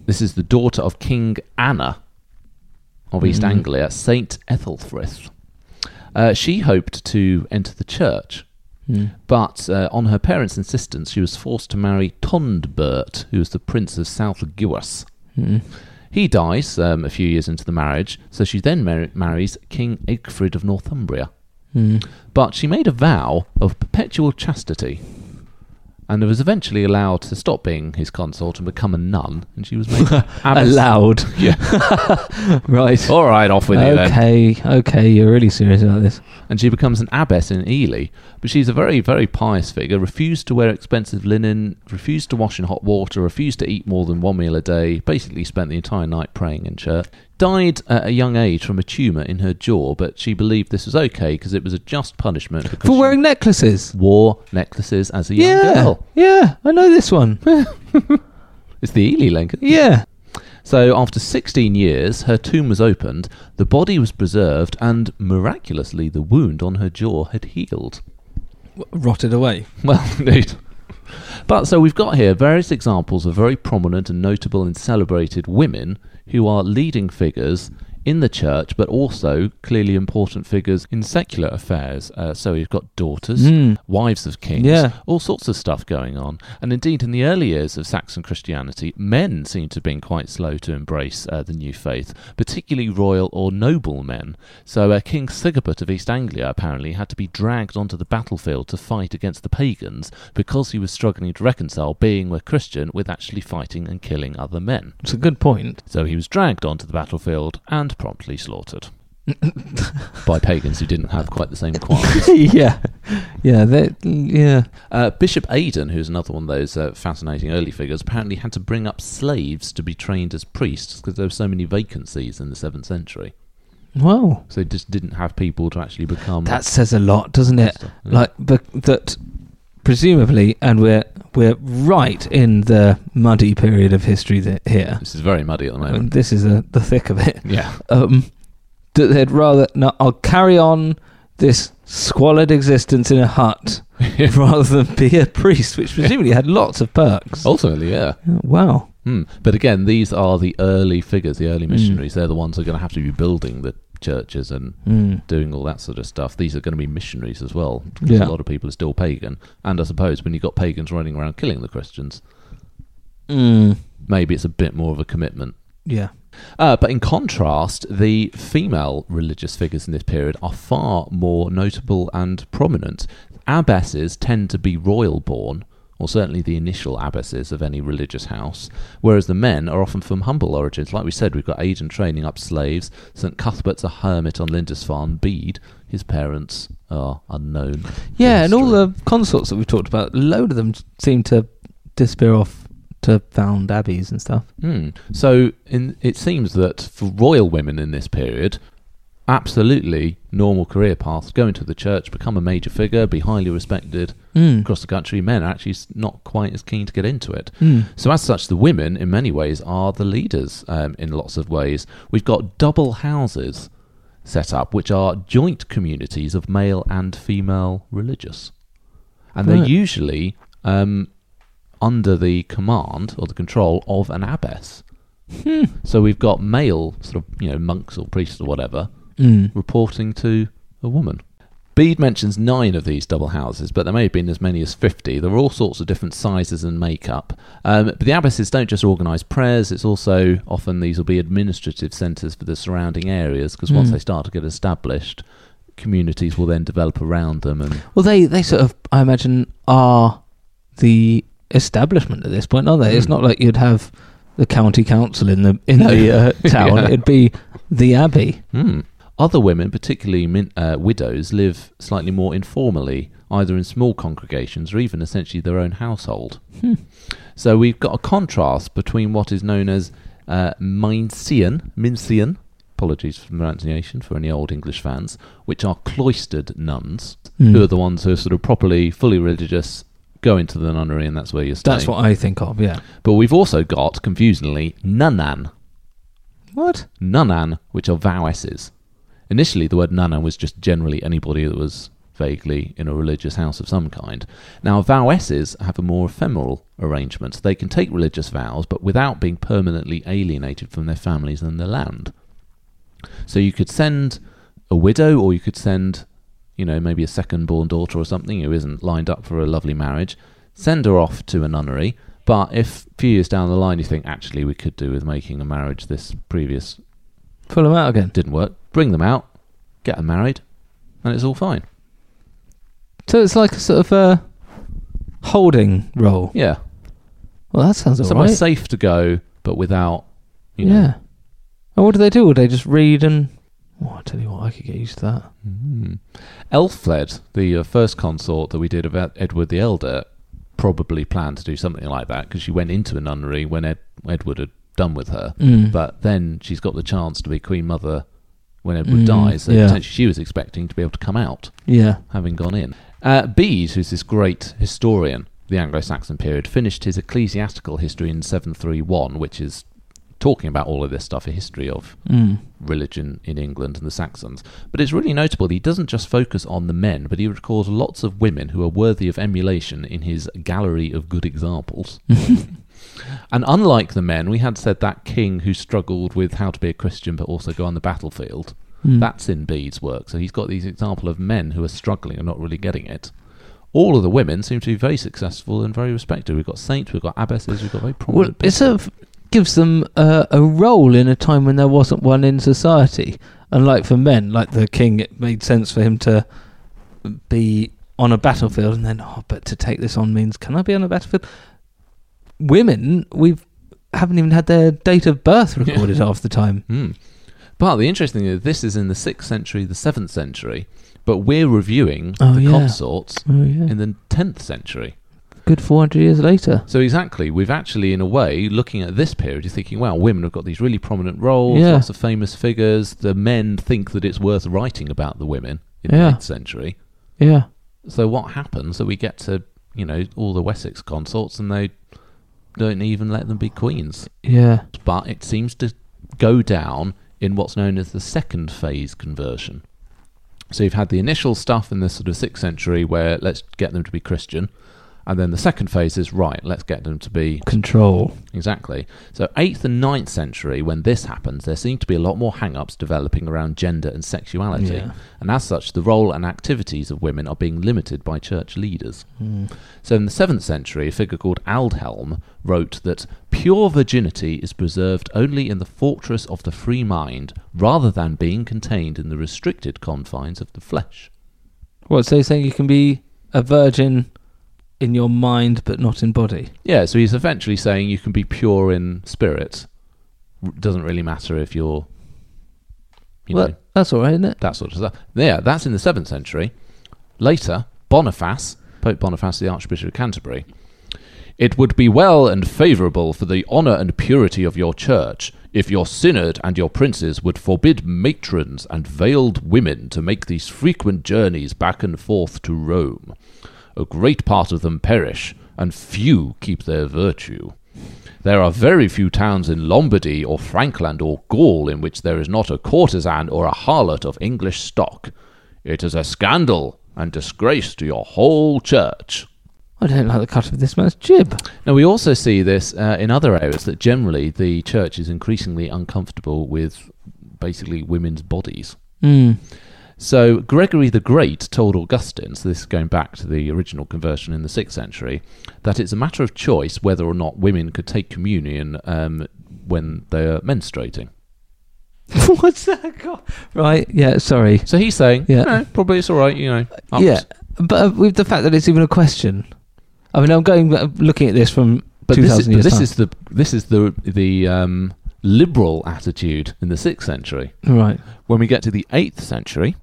this is the daughter of King Anna of East Anglia, Saint Ethelfrith. Uh, she hoped to enter the church,
Mm.
but uh, on her parents' insistence, she was forced to marry Tondbert, who was the prince of South Gewis.
Mm.
He dies um, a few years into the marriage, so she then mar- marries King Egfrid of Northumbria.
Mm.
But she made a vow of perpetual chastity and was eventually allowed to stop being his consort and become a nun. And she was made abbess.
Allowed.
Yeah.
(laughs) Right.
All right, off with you then.
okay, okay, you're really serious about this.
and she becomes an abbess in Ely. But she's a very, very pious figure, refused to wear expensive linen, refused to wash in hot water, refused to eat more than one meal a day, basically spent the entire night praying in church. Died at a young age from a tumour in her jaw, but she believed this was okay because it was a just punishment because
For wearing necklaces.
she wore necklaces as a young
yeah.
girl.
Yeah, I know this one.
It's the Ely link. isn't it?
yeah.
So after 16 years, her tomb was opened, the body was preserved, and miraculously, the wound on her jaw had healed.
Rotted away.
(laughs) Well, indeed. But so we've got here various examples of very prominent and notable and celebrated women who are leading figures in the church, but also clearly important figures in secular affairs. Uh, so you've got daughters,
Mm.
wives of kings,
Yeah.
all sorts of stuff going on. And indeed, in the early years of Saxon Christianity, men seem to have been quite slow to embrace uh, the new faith, particularly royal or noble men. So uh, King Sigebert of East Anglia apparently had to be dragged onto the battlefield to fight against the pagans because he was struggling to reconcile being a Christian with actually fighting and killing other men.
It's a
(laughs)
good point.
So he was dragged onto the battlefield and promptly slaughtered. by pagans who didn't have quite the same qualms.
yeah. Yeah, that yeah.
Uh, Bishop Aidan, who's another one of those uh, fascinating early figures, apparently had to bring up slaves to be trained as priests because there were so many vacancies in the 7th century.
Wow.
So they just didn't have people to actually become.
That says a lot, doesn't it?
Stuff, yeah.
Like the, that presumably and we're we're right in the muddy period of history that here.
This is very muddy at the
And (laughs)
moment.
this is the the thick of it.
Yeah.
um, that they'd rather no, I'll carry on this squalid existence in a hut rather than be a priest, which presumably had lots of perks.
Ultimately, yeah.
Wow.
Hmm. But again, these are the early figures, the
Hmm.
early missionaries. They're the ones who are going to have to be building the churches and
Mm.
doing all that sort of stuff. These are going to be missionaries as well. Because
Yeah.
A lot of people are still pagan. And I suppose when you've got pagans running around killing the Christians,
Mm.
maybe it's a bit more of a commitment.
Yeah.
Uh, but in contrast, the female religious figures in this period are far more notable and prominent. Abbesses tend to be royal born, or certainly the initial abbesses of any religious house, whereas the men are often from humble origins. Like we said, we've got Aidan training up slaves, St. Cuthbert's a hermit on Lindisfarne, Bede, his parents are unknown.
Yeah, and all
History.
the consorts that we've talked about, a load of them seem to disappear off to found abbeys and stuff.
Hmm. So in, it seems that for royal women in this period, absolutely normal career paths go into the church, become a major figure, be highly respected
Mm.
across the country. Men are actually s- not quite as keen to get into it.
Mm.
So, as such, the women, in many ways, are the leaders um, in lots of ways. We've got double houses set up, which are joint communities of male and female religious. And they're
Right.
usually um, under the command or the control of an abbess. So, we've got male, sort of, you know, monks or priests or whatever,
Mm.
reporting to a woman. Bede mentions nine of these double houses, but there may have been as many as 50. There were all sorts of different sizes and makeup. Um, but the abbesses don't just organise prayers, it's also often these will be administrative centres for the surrounding areas because once
Mm.
they start to get established, communities will then develop around them. And
Well, they, they sort of, I imagine, are the establishment at this point, aren't they? It's
Mm.
not like you'd have the county council in the in
No.
the uh,
(laughs)
town.
Yeah.
It'd be the abbey.
Hmm. Other women, particularly min- uh, widows, live slightly more informally, either in small congregations or even essentially their own household.
Hmm.
So we've got a contrast between what is known as uh, Mainzian, Mincian, apologies for pronunciation for any old English fans, which are cloistered nuns,
Mm.
who are the ones who are sort of properly, fully religious, go into the nunnery and that's where you're staying.
That's what I think of. Yeah.
But we've also got, confusingly, Nunan,
What?
Nunan, which are vowesses. Initially, the word Nunan was just generally anybody that was vaguely in a religious house of some kind. Now, vowesses have a more ephemeral arrangement. They can take religious vows, but without being permanently alienated from their families and their land. So you could send a widow, or you could send, you know, maybe a second born daughter or something who isn't lined up for a lovely marriage, send her off to a nunnery. But if a few years down the line you think, actually, we could do with making a marriage this previous
Pull them out again.
didn't work, bring them out, get them married, and it's all fine.
So it's like a sort of uh, holding roll.
Yeah.
Well, that sounds
Somewhere
alright.
safe to go, but without, you know.
Yeah. And what do they do? Would they just read and? Oh, I tell you what, I could get used to that.
Elfled, the uh, first consort that we did about Edward the Elder, probably planned to do something like that because she went into a nunnery when Ed- Edward had done with her.
Mm.
But then she's got the chance to be Queen Mother when Edward
Mm,
dies, so
yeah.
potentially she was expecting to be able to come out
Yeah.
having gone in. Uh, Bede, who's this great historian, of the Anglo-Saxon period, finished his ecclesiastical history in 731, which is talking about all of this stuff, a history of
Mm.
religion in England and the Saxons. But it's really notable that he doesn't just focus on the men, but he recalls lots of women who are worthy of emulation in his gallery of good examples. and unlike the men, we had said that king who struggled with how to be a Christian but also go on the battlefield.
Hmm.
That's in Bede's work. So he's got these example of men who are struggling and not really getting it. All of the women seem to be very successful and very respected. We've got saints, we've got abbesses, we've got very
Well,
prominent.
it sort of gives them uh, a role in a time when there wasn't one in society. Unlike for men, like the king, it made sense for him to be on a battlefield and then, oh, but to take this on means, can I be on a battlefield? Women, we haven't even had their date of birth recorded half the time.
Hmm. But the interesting thing is, this is in the 6th century, the 7th century, but we're reviewing
Oh,
the
yeah.
consorts
Oh, yeah.
in the 10th century.
Good 400 years later.
So, exactly, we've actually, in a way, looking at this period, you're thinking, wow, women have got these really prominent roles,
Yeah.
lots of famous figures. The men think that it's worth writing about the women in
Yeah.
the 8th century.
Yeah.
So, what happens that we get to, you know, all the Wessex consorts and they don't even let them be queens?
Yeah.
But it seems to go down in what's known as the second phase conversion. So you've had the initial stuff in the sort of sixth century where let's get them to be Christian, and then the second phase is right, let's get them to be
Control.
exactly. So eighth and ninth century, when this happens, there seem to be a lot more hang ups developing around gender and sexuality.
Yeah.
And as such, the role and activities of women are being limited by church leaders. So in the 7th century, a figure called Aldhelm wrote that pure virginity is preserved only in the fortress of the free mind, rather than being contained in the restricted confines of the flesh.
What, so you're saying you can be a virgin in your mind but not in body?
Yeah, so he's eventually saying you can be pure in spirit. R- Doesn't really matter if you're, you
well,
know,
that's all right, isn't it?
that sort of stuff. Yeah, that's in the seventh century. Later, Boniface, Pope Boniface, the Archbishop of Canterbury, it would be well and favourable for the honour and purity of your church if your synod and your princes would forbid matrons and veiled women to make these frequent journeys back and forth to Rome. A great part of them perish, and few keep their virtue. There are very few towns in Lombardy or Frankland or Gaul in which there is not a courtesan or a harlot of English stock. It is a scandal and disgrace to your whole church.
I don't like the cut of this
(laughs)
man's jib.
Now, we also see this uh, in other areas that generally the church is increasingly uncomfortable with basically women's bodies.
Mm.
So Gregory the Great told Augustine, so this is going back to the original conversion in the 6th century, that it's a matter of choice whether or not women could take communion um, when they are menstruating.
What's that got? Right, yeah, sorry.
So he's saying,
Yeah.
yeah, probably it's all right, you know. up-
Yeah, but uh, with the fact that it's even a question. I mean, I'm going uh, looking at this from
But this
2000
is, but
years
this
time.
is the this is the the um, liberal attitude in the sixth century.
right.
When we get to the 8th century,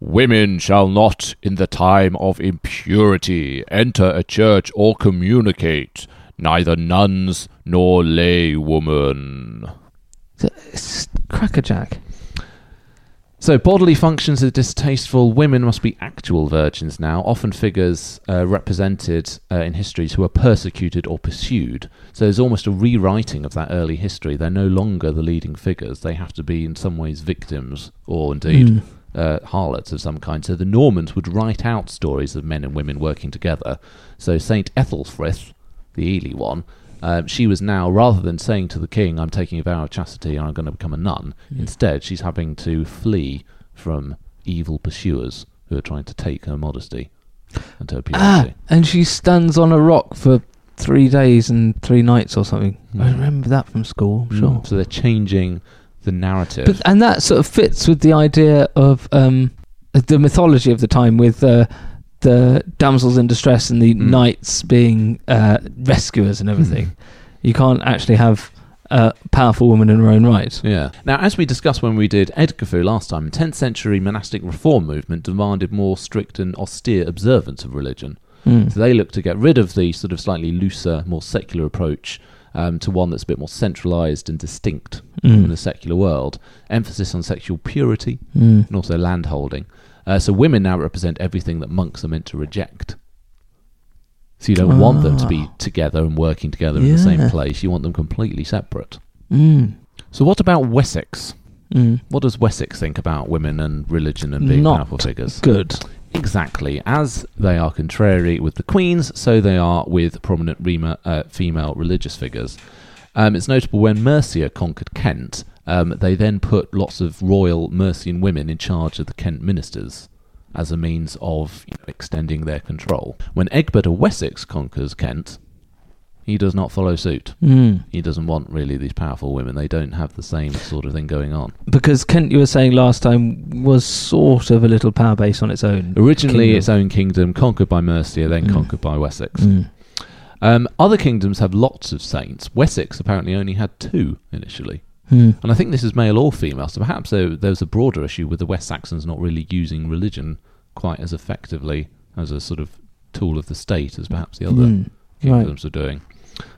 women shall not in the time of impurity enter a church or communicate, neither nuns nor lay woman.
So It's crackerjack.
So bodily functions are distasteful. Women must be actual virgins now, often figures uh, represented uh, in histories who are persecuted or pursued. So there's almost a rewriting of that early history. They're no longer the leading figures. They have to be in some ways victims or indeed
Mm.
uh, harlots of some kind. So the Normans would write out stories of men and women working together. So Saint Ethelfrith, the Ely one, um, she was now rather than saying to the king, "I'm taking a vow of chastity and I'm going to become a nun,"
Hmm.
instead she's having to flee from evil pursuers who are trying to take her modesty and her
Ah,
purity.
and she stands on a rock for three days and three nights or something. I
Mm.
remember that from school, I'm
Mm,
sure.
So they're changing the narrative.
But and that sort of fits with the idea of um, the mythology of the time with uh, the damsels in distress and the knights being uh, rescuers and everything. You can't actually have a powerful woman in her own right.
Yeah. Now, as we discussed when we did Ed Gifu last time, 10th century monastic reform movement demanded more strict and austere observance of religion.
Mm.
So they looked to get rid of the sort of slightly looser, more secular approach um, to one that's a bit more centralized and distinct
Hmm.
from the secular world. Emphasis on sexual purity
Hmm.
and also land holding. Uh, so women now represent everything that monks are meant to reject. So you don't want them to be together and working together in the same
Yeah.
place. You want them completely separate.
Mm.
So what about Wessex?
Mm.
What does Wessex think about women and religion and being
Not
powerful figures?
Good.
Exactly. As they are contrary with the queens, so they are with prominent rema- uh, female religious figures. Um, it's notable when Mercia conquered Kent, um, they then put lots of royal Mercian women in charge of the Kent ministers as a means of you know, extending their control. When Egbert of Wessex conquers Kent, he does not follow suit.
Mm.
He doesn't want really these powerful women. They don't have the same sort of thing going on.
Because Kent, you were saying last time, was sort of a little power base on its own.
Originally,
Kingdom.
its own kingdom, conquered by Mercia, then conquered by Wessex.
Mm.
Um, other kingdoms have lots of saints. Wessex apparently only had two initially.
Mm.
And I think this is male or female, so perhaps there, there was a broader issue with the West Saxons not really using religion quite as effectively as a sort of tool of the state as perhaps the other
Mm. Right.
kingdoms are doing.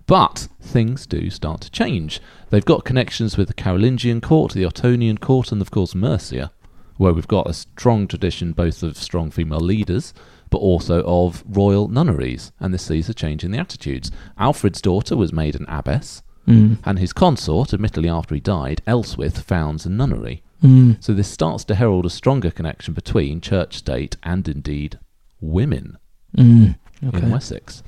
But things do start to change. They've got connections with the Carolingian court, the Ottonian court, and of course Mercia, where we've got a strong tradition both of strong female leaders, but also of royal nunneries. And this sees a change in the attitudes. Alfred's daughter was made an abbess,
Mm.
and his consort, admittedly after he died, Elswith, founds a nunnery.
Mm.
So this starts to herald a stronger connection between church, state, and indeed women
Mm. Okay.
in Wessex.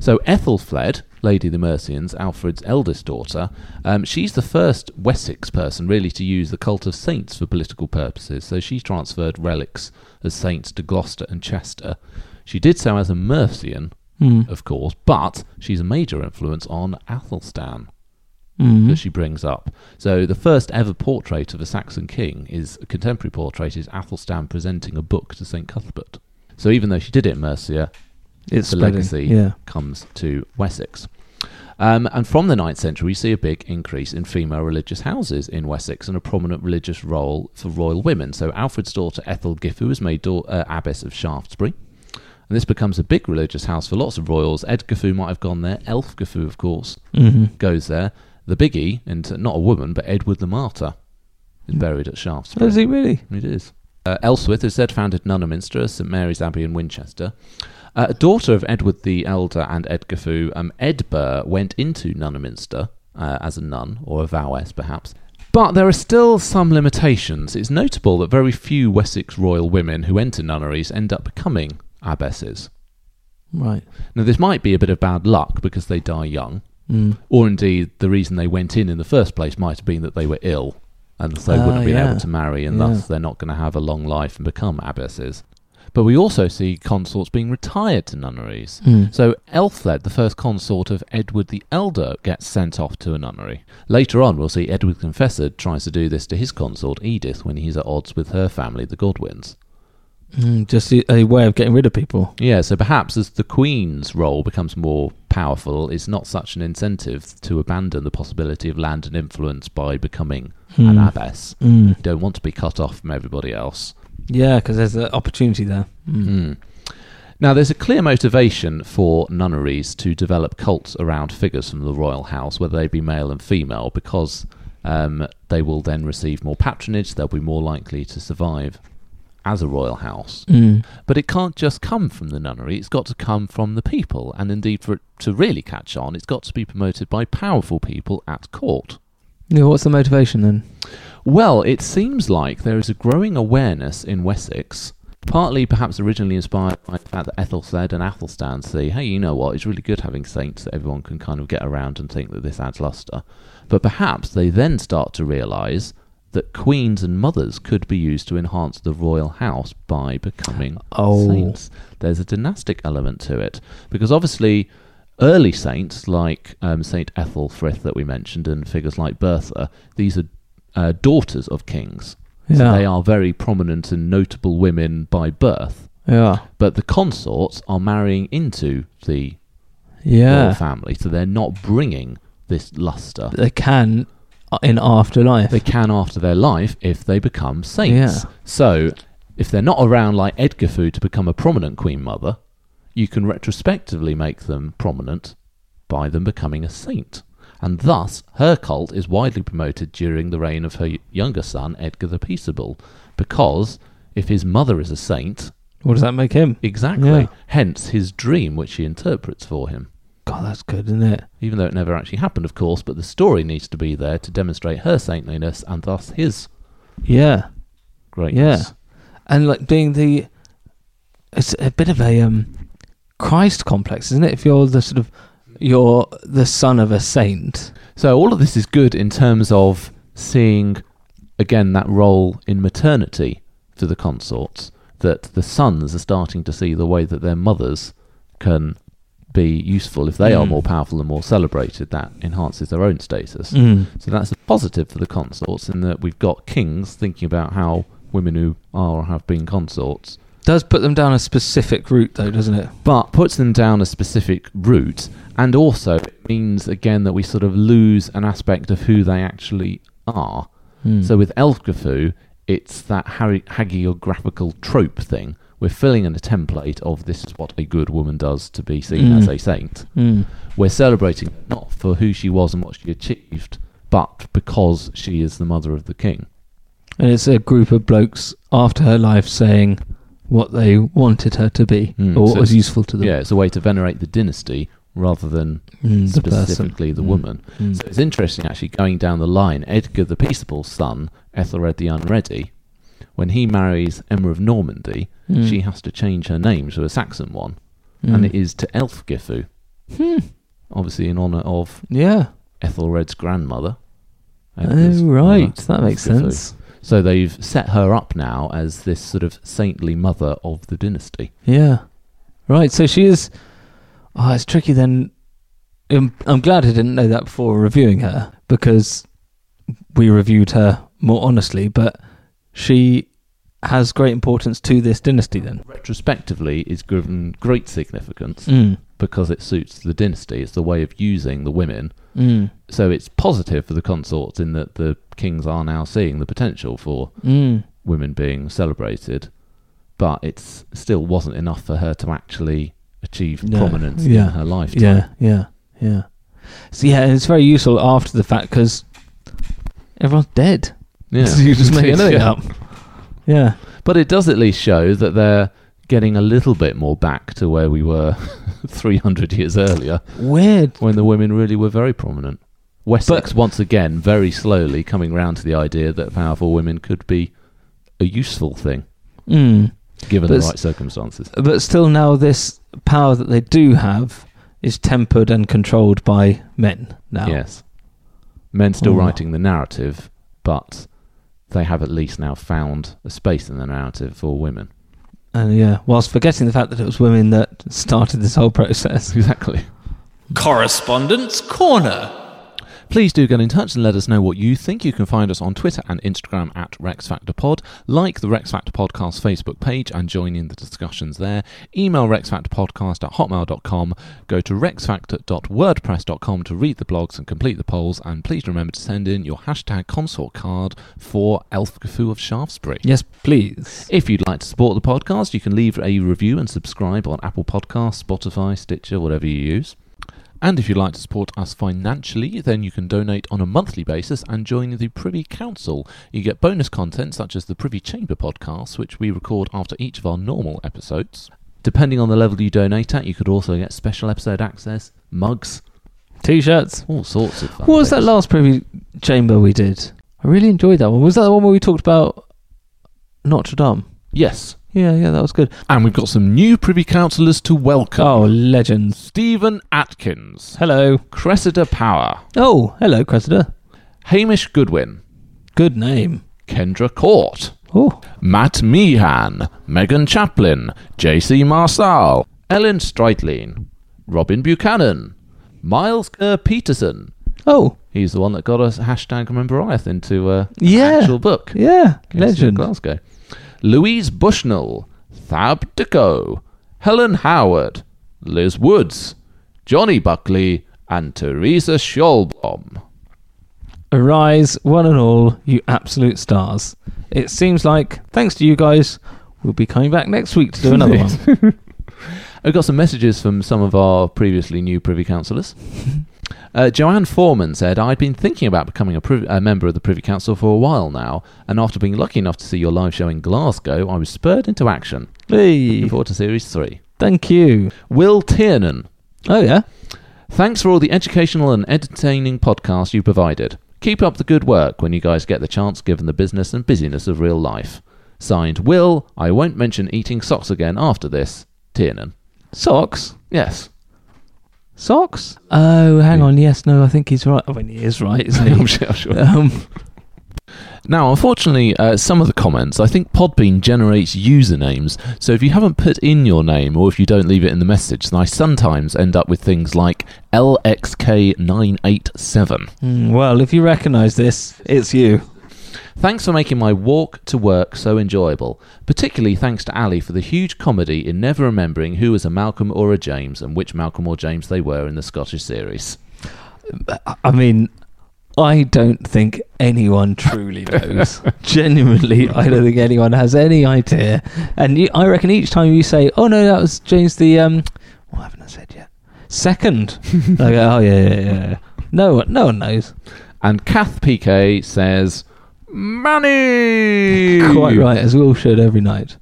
So Ethelfled, Lady of the Mercians, Alfred's eldest daughter, um, she's the first Wessex person really to use the cult of saints for political purposes. So she transferred relics as saints to Gloucester and Chester. She did so as a Mercian,
Mm.
of course, but she's a major influence on Athelstan that
Mm.
she brings up. So the first ever portrait of a Saxon king is a contemporary portrait is Athelstan presenting a book to St Cuthbert. So even though she did it in Mercia,
It's
the
spreading.
legacy
Yeah.
comes to Wessex. Um, and from the 9th century, we see a big increase in female religious houses in Wessex and a prominent religious role for royal women. So Alfred's daughter Ethel Gifu is made dau- uh, abbess of Shaftesbury. And this becomes a big religious house for lots of royals. Ed Gifu might have gone there. Elf Gifu, of course,
Mhm.
goes there. The biggie, and not a woman, but Edward the Martyr, Oh, is buried at Shaftesbury.
Is he really?
It is. Uh, Elswith is said founded Nunnaminster, St Mary's Abbey in Winchester. Uh, a daughter of Edward the Elder and Edgar Fu, um, Edburh went into Nunnaminster uh, as a nun, or a vowess perhaps. But there are still some limitations. It's notable that very few Wessex royal women who enter nunneries end up becoming abbesses.
Right.
Now, this might be a bit of bad luck because they die young,
Mm.
or indeed the reason they went in in the first place might have been that they were ill and so
Ah,
wouldn't have been
yeah.
able to marry and thus
Yeah.
they're not going to have a long life and become abbesses but we also see consorts being retired to nunneries
Mm.
so elfled the first consort of edward the elder gets sent off to a nunnery later on we'll see edward the confessor tries to do this to his consort edith when he's at odds with her family the godwins
Mm. Just a, a way of getting rid of people.
yeah, so perhaps as the Queen's role becomes more powerful, it's not such an incentive to abandon the possibility of land and influence by becoming an
Hmm.
abbess.
Mm.
You don't want to be cut off from everybody else.
Yeah, because there's an opportunity there. Mm.
Mm. Now, there's a clear motivation for nunneries to develop cults around figures from the royal house, whether they be male and female, because um, they will then receive more patronage, they'll be more likely to survive as a royal house.
Mm.
But it can't just come from the nunnery, it's got to come from the people. And indeed, for it to really catch on, it's got to be promoted by powerful people at court.
Yeah, what's the motivation then?
Well, it seems like there is a growing awareness in Wessex, partly perhaps originally inspired by the fact that Ethelfled and Athelstan see, hey, you know what, it's really good having saints that everyone can kind of get around and think that this adds lustre. But perhaps they then start to realise that queens and mothers could be used to enhance the royal house by becoming
Oh.
saints. There's a dynastic element to it, because obviously early saints like um, Saint Ethelfrith that we mentioned and figures like Bertha, these are uh, daughters of kings. So
Yeah.
they are very prominent and notable women by birth.
Yeah.
But the consorts are marrying into the royal
Yeah.
family, so they're not bringing this luster.
They can uh, in afterlife.
They can after their life if they become saints.
Yeah.
So, if they're not around like Edgar Fu to become a prominent queen mother, you can retrospectively make them prominent by them becoming a saint. And thus, her cult is widely promoted during the reign of her y- younger son, Edgar the Peaceable, because if his mother is a saint,
what does that make him?
exactly,
Yeah.
hence his dream, which he interprets for him
God, that's good, isn't it?
even though it never actually happened, of course, but the story needs to be there to demonstrate her saintliness and thus his
Yeah.
greatness.
And like being the, it's a bit of a um, Christ complex, isn't it? If you're the sort of, you're the son of a saint.
So all of this is good in terms of seeing, again, that role in maternity for the consorts, that the sons are starting to see the way that their mothers can be useful if they are
Mm.
more powerful and more celebrated. That enhances their own status.
Mm.
So that's a positive for the consorts in that we've got kings thinking about how women who are or have been consorts
Does put them down a specific route, though, doesn't it?
but puts them down a specific route and also it means again that we sort of lose an aspect of who they actually are.
Hmm. Mm.
So with Elfgrafu, it's that har- hagiographical trope thing. We're filling in a template of this is what a good woman does to be seen
Mm.
as a saint.
Mm.
We're celebrating her not for who she was and what she achieved, but because she is the mother of the king.
And it's a group of blokes after her life saying what they wanted her to be
Mm,
or
so
what was
it's-
useful to them.
Yeah, it's a way to venerate the dynasty rather than
Mm, the person.
specifically the
Mm.
woman.
Mm.
Hmm. So it's interesting actually going down the line. Edgar the Peaceable's son, Ethelred the Unready, when he marries Emma of Normandy,
Mm.
she has to change her name to a Saxon one, and
Mm.
it is to Elfgifu,
Hmm.
obviously in honour of
Yeah.
Ethelred's grandmother. Edgar's
Oh, right.
mother,
That makes
Elfgifu.
sense.
So they've set her up now as this sort of saintly mother of the dynasty.
Yeah. Right. So she is. Oh, it's tricky then. I'm, I'm glad I didn't know that before reviewing her because we reviewed her more honestly, but she has great importance to this dynasty then.
Retrospectively, is given great significance
Mm.
because it suits the dynasty. It's the way of using the women
Mm.
so it's positive for the consorts in that the kings are now seeing the potential for
Mm.
women being celebrated, but it still wasn't enough for her to actually achieve
No.
prominence in
Yeah.
her lifetime.
Yeah, yeah, yeah. So yeah, and it's very useful after the fact because everyone's dead.
Yeah.
(laughs) So
(laughs)
you just make anything
Yeah.
up. Yeah,
But it does at least show that they're getting a little bit more back to where we were (laughs) 300 years earlier
weird.
when the women really were very prominent. Wessex, once again, very slowly coming round to the idea that powerful women could be a useful thing
Mm.
given
But
the
it's-
right circumstances.
But still, now this power that they do have is tempered and controlled by men now.
Yes. Men still
Oh.
writing the narrative, but they have at least now found a space in the narrative for women. (laughs)
and yeah, whilst forgetting the fact that it was women that started this whole (laughs) process.
Exactly.
Correspondence Corner.
Please do get in touch and let us know what you think. You can find us on Twitter and Instagram at Rex Factor Pod. Like the Rex Factor Podcast Facebook page and join in the discussions there. Email rexfactorpodcast at hotmail.com. Go to rexfactor.wordpress.com to read the blogs and complete the polls. And please remember to send in your hashtag consort card for Elf Gafu of Shaftesbury.
Yes, please.
If you'd like to support the podcast, you can leave a review and subscribe on Apple Podcasts, Spotify, Stitcher, whatever you use. And if you'd like to support us financially, then you can donate on a monthly basis and join the Privy Council. You get bonus content such as the Privy Chamber podcast, which we record after each of our normal episodes. Depending on the level you donate at, you could also get special episode access, mugs,
T-shirts.
all sorts of fun.
What was that
things.
last privy chamber we did? I really enjoyed that one. Was that the one where we talked about Notre Dame?
Yes.
Yeah, yeah, that was good.
And we've got some new Privy Councillors to welcome.
Oh, legends.
Stephen Atkins,
Hello.
Cressida Power.
Oh, hello, Cressida.
Hamish Goodwin,
Good name.
Kendra Court,
Oh,
Matt Meehan, Megan Chaplin, JC Marsal, Ellen Streitlein, Robin Buchanan, Miles Kerr Peterson.
oh,
He's the one that got us hashtag Rememberiath into uh, an
Yeah.
actual book.
yeah,
Came to see in
legend.
Glasgow. Louise Bushnell, Thab Deco, Helen Howard, Liz Woods, Johnny Buckley, and Teresa Scholblom.
Arise, one and all, you absolute stars. It seems like, thanks to you guys, we'll be coming back next week to do another one.
I've got some messages from some of our previously new Privy Councillors. Uh, Joanne Foreman said, I'd been thinking about becoming a, priv- a member of the Privy Council for a while now, and after being lucky enough to see your live show in Glasgow, I was spurred into action. Looking
(laughs) Hey,
forward to Series 3.
thank you.
Will Tiernan,
Oh, yeah.
Thanks for all the educational and entertaining podcasts you provided. Keep up the good work when you guys get the chance given the business and busyness of real life. Signed, Will, I won't mention eating socks again after this. Tiernan.
Socks?
Yes. (laughs)
Socks? Oh, hang on. Yes, no, I think he's right. I mean, he is right,
I'm
(laughs) isn't
sure. I'm sure.
he? um,
Now, unfortunately, uh, some of the comments, I think Podbean generates usernames. So if you haven't put in your name or if you don't leave it in the message, then I sometimes end up with things like LXK987.
mm, well, if you recognise this, it's you.
Thanks for making my walk to work so enjoyable. Particularly thanks to Ali for the huge comedy in never remembering who was a Malcolm or a James and which Malcolm or James they were in the Scottish series.
I mean, I don't think anyone truly knows. Genuinely, I don't think anyone has any idea. And you, I reckon each time you say, "Oh no, that was James the um," what haven't I said yet? Second. I go, "Oh yeah, yeah, yeah." yeah." No one, no one knows.
And Kath PK says, Money!
(laughs) Quite right, as we all should every night.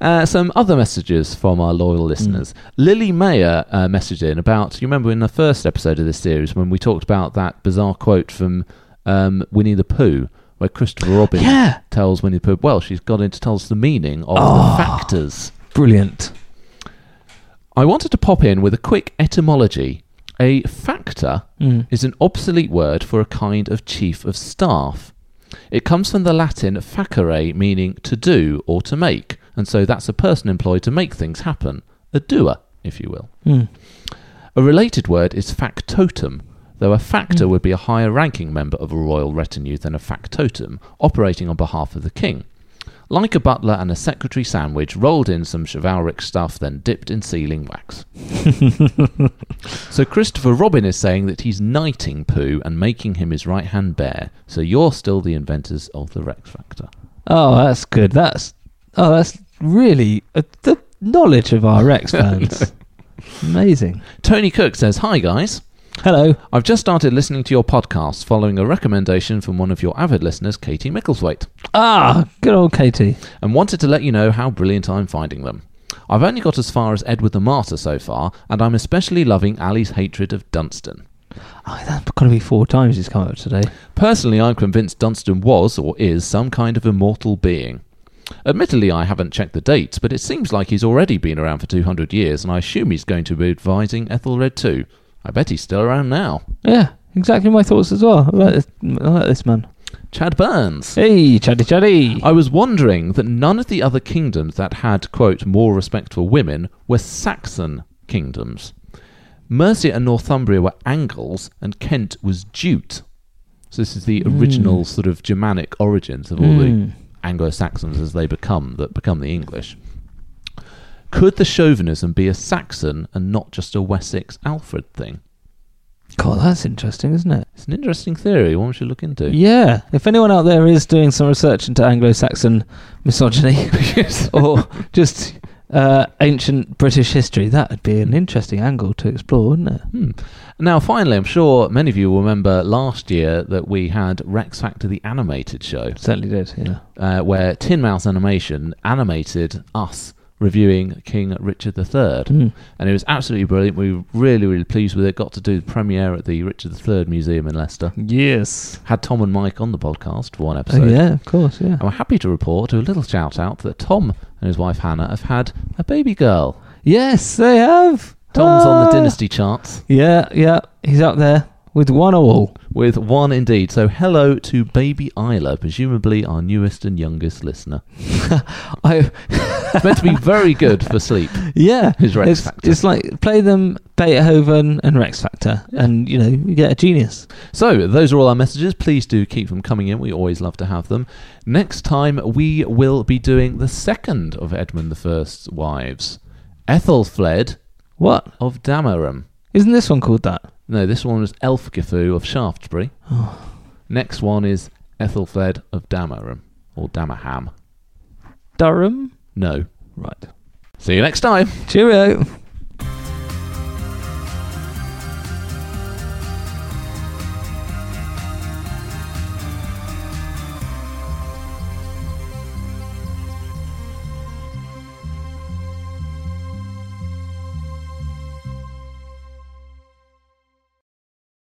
Uh, some other messages from our loyal listeners. Lily Mayer uh, messaged in about, you remember in the first episode of this series when we talked about that bizarre quote from um, Winnie the Pooh, where Christopher Robin
Yeah.
tells Winnie the Pooh, well, she's got in to tell us the meaning of the factors.
Brilliant.
I wanted to pop in with a quick etymology. A factor
Mm,
is an obsolete word for a kind of chief of staff. It comes from the Latin facere, meaning to do or to make, and so that's a person employed to make things happen, a doer, if you will.
Mm.
A related word is factotum, though a factor would be a higher ranking member of a royal retinue than a factotum, operating on behalf of the king. Like a butler and a secretary sandwich, rolled in some chivalric stuff, then dipped in sealing wax. so Christopher Robin is saying that he's knighting Pooh and making him his right hand bear, so you're still the inventors of the Rex Factor.
Oh, that's good. That's oh, that's really uh, the knowledge of our Rex fans. Amazing.
Tony Cook says, Hi guys.
Hello.
I've just started listening to your podcast following a recommendation from one of your avid listeners, Katie Micklethwaite.
Ah, good old Katie.
and wanted to let you know how brilliant I'm finding them. I've only got as far as Edward the Martyr so far, and I'm especially loving Ali's hatred of Dunstan.
Oh, that's got to be four times he's come up today.
Personally, I'm convinced Dunstan was or is some kind of immortal being. Admittedly, I haven't checked the dates, but it seems like he's already been around for 200 years, and I assume he's going to be advising Ethelred too. I bet he's still around now.
Yeah, exactly my thoughts as well. I like this, I like this man.
Chad Burns.
Hey, chatty chatty.
I was wondering that none of the other kingdoms that had, quote, more respect for women were Saxon kingdoms. Mercia and Northumbria were Angles, and Kent was Jute. So this is the original sort of Germanic origins of all
Mm.
the Anglo Saxons as they become that become the English. Could the chauvinism be a Saxon and not just a Wessex Alfred thing?
God, that's interesting, isn't it?
It's an interesting theory, one we should look into.
Yeah. If anyone out there is doing some research into Anglo-Saxon (laughs) misogyny or just uh, ancient British history, that would be an interesting angle to explore, wouldn't it?
Hmm. Now, finally, I'm sure many of you will remember last year that we had Rex Factor the animated show,
Certainly did. Yeah.
uh, where Tin Mouse Animation animated us reviewing King Richard III.
Mm.
And it was absolutely brilliant. We were really, really pleased with it. Got to do the premiere at the Richard III Museum in Leicester.
Yes.
Had Tom and Mike on the podcast for one
Oh
episode.
yeah, of course. Yeah.
And we're happy to report, do a little shout out, that Tom and his wife Hannah have had a baby girl.
Yes, they have.
Tom's on the
Ah.
dynasty charts.
Yeah, yeah. He's up there. with one or all.
With one indeed. So hello to Baby Isla, presumably our newest and youngest listener. (laughs)
I
It's meant to be very good for sleep.
yeah,
Who's Rex
it's,
Factor?
it's like play them Beethoven and Rex Factor, and you know you get a genius.
So those are all our messages. Please do keep them coming in. We always love to have them. Next time we will be doing the second of Edmund the First's wives, Ethelfled
What
of Damerum.
isn't this one called that?
No, this one was Elfgifu of Shaftesbury. Next one is Ethelfled of Damerum or Damerham.
Durham,
No.
right?
See you next time.
Cheerio.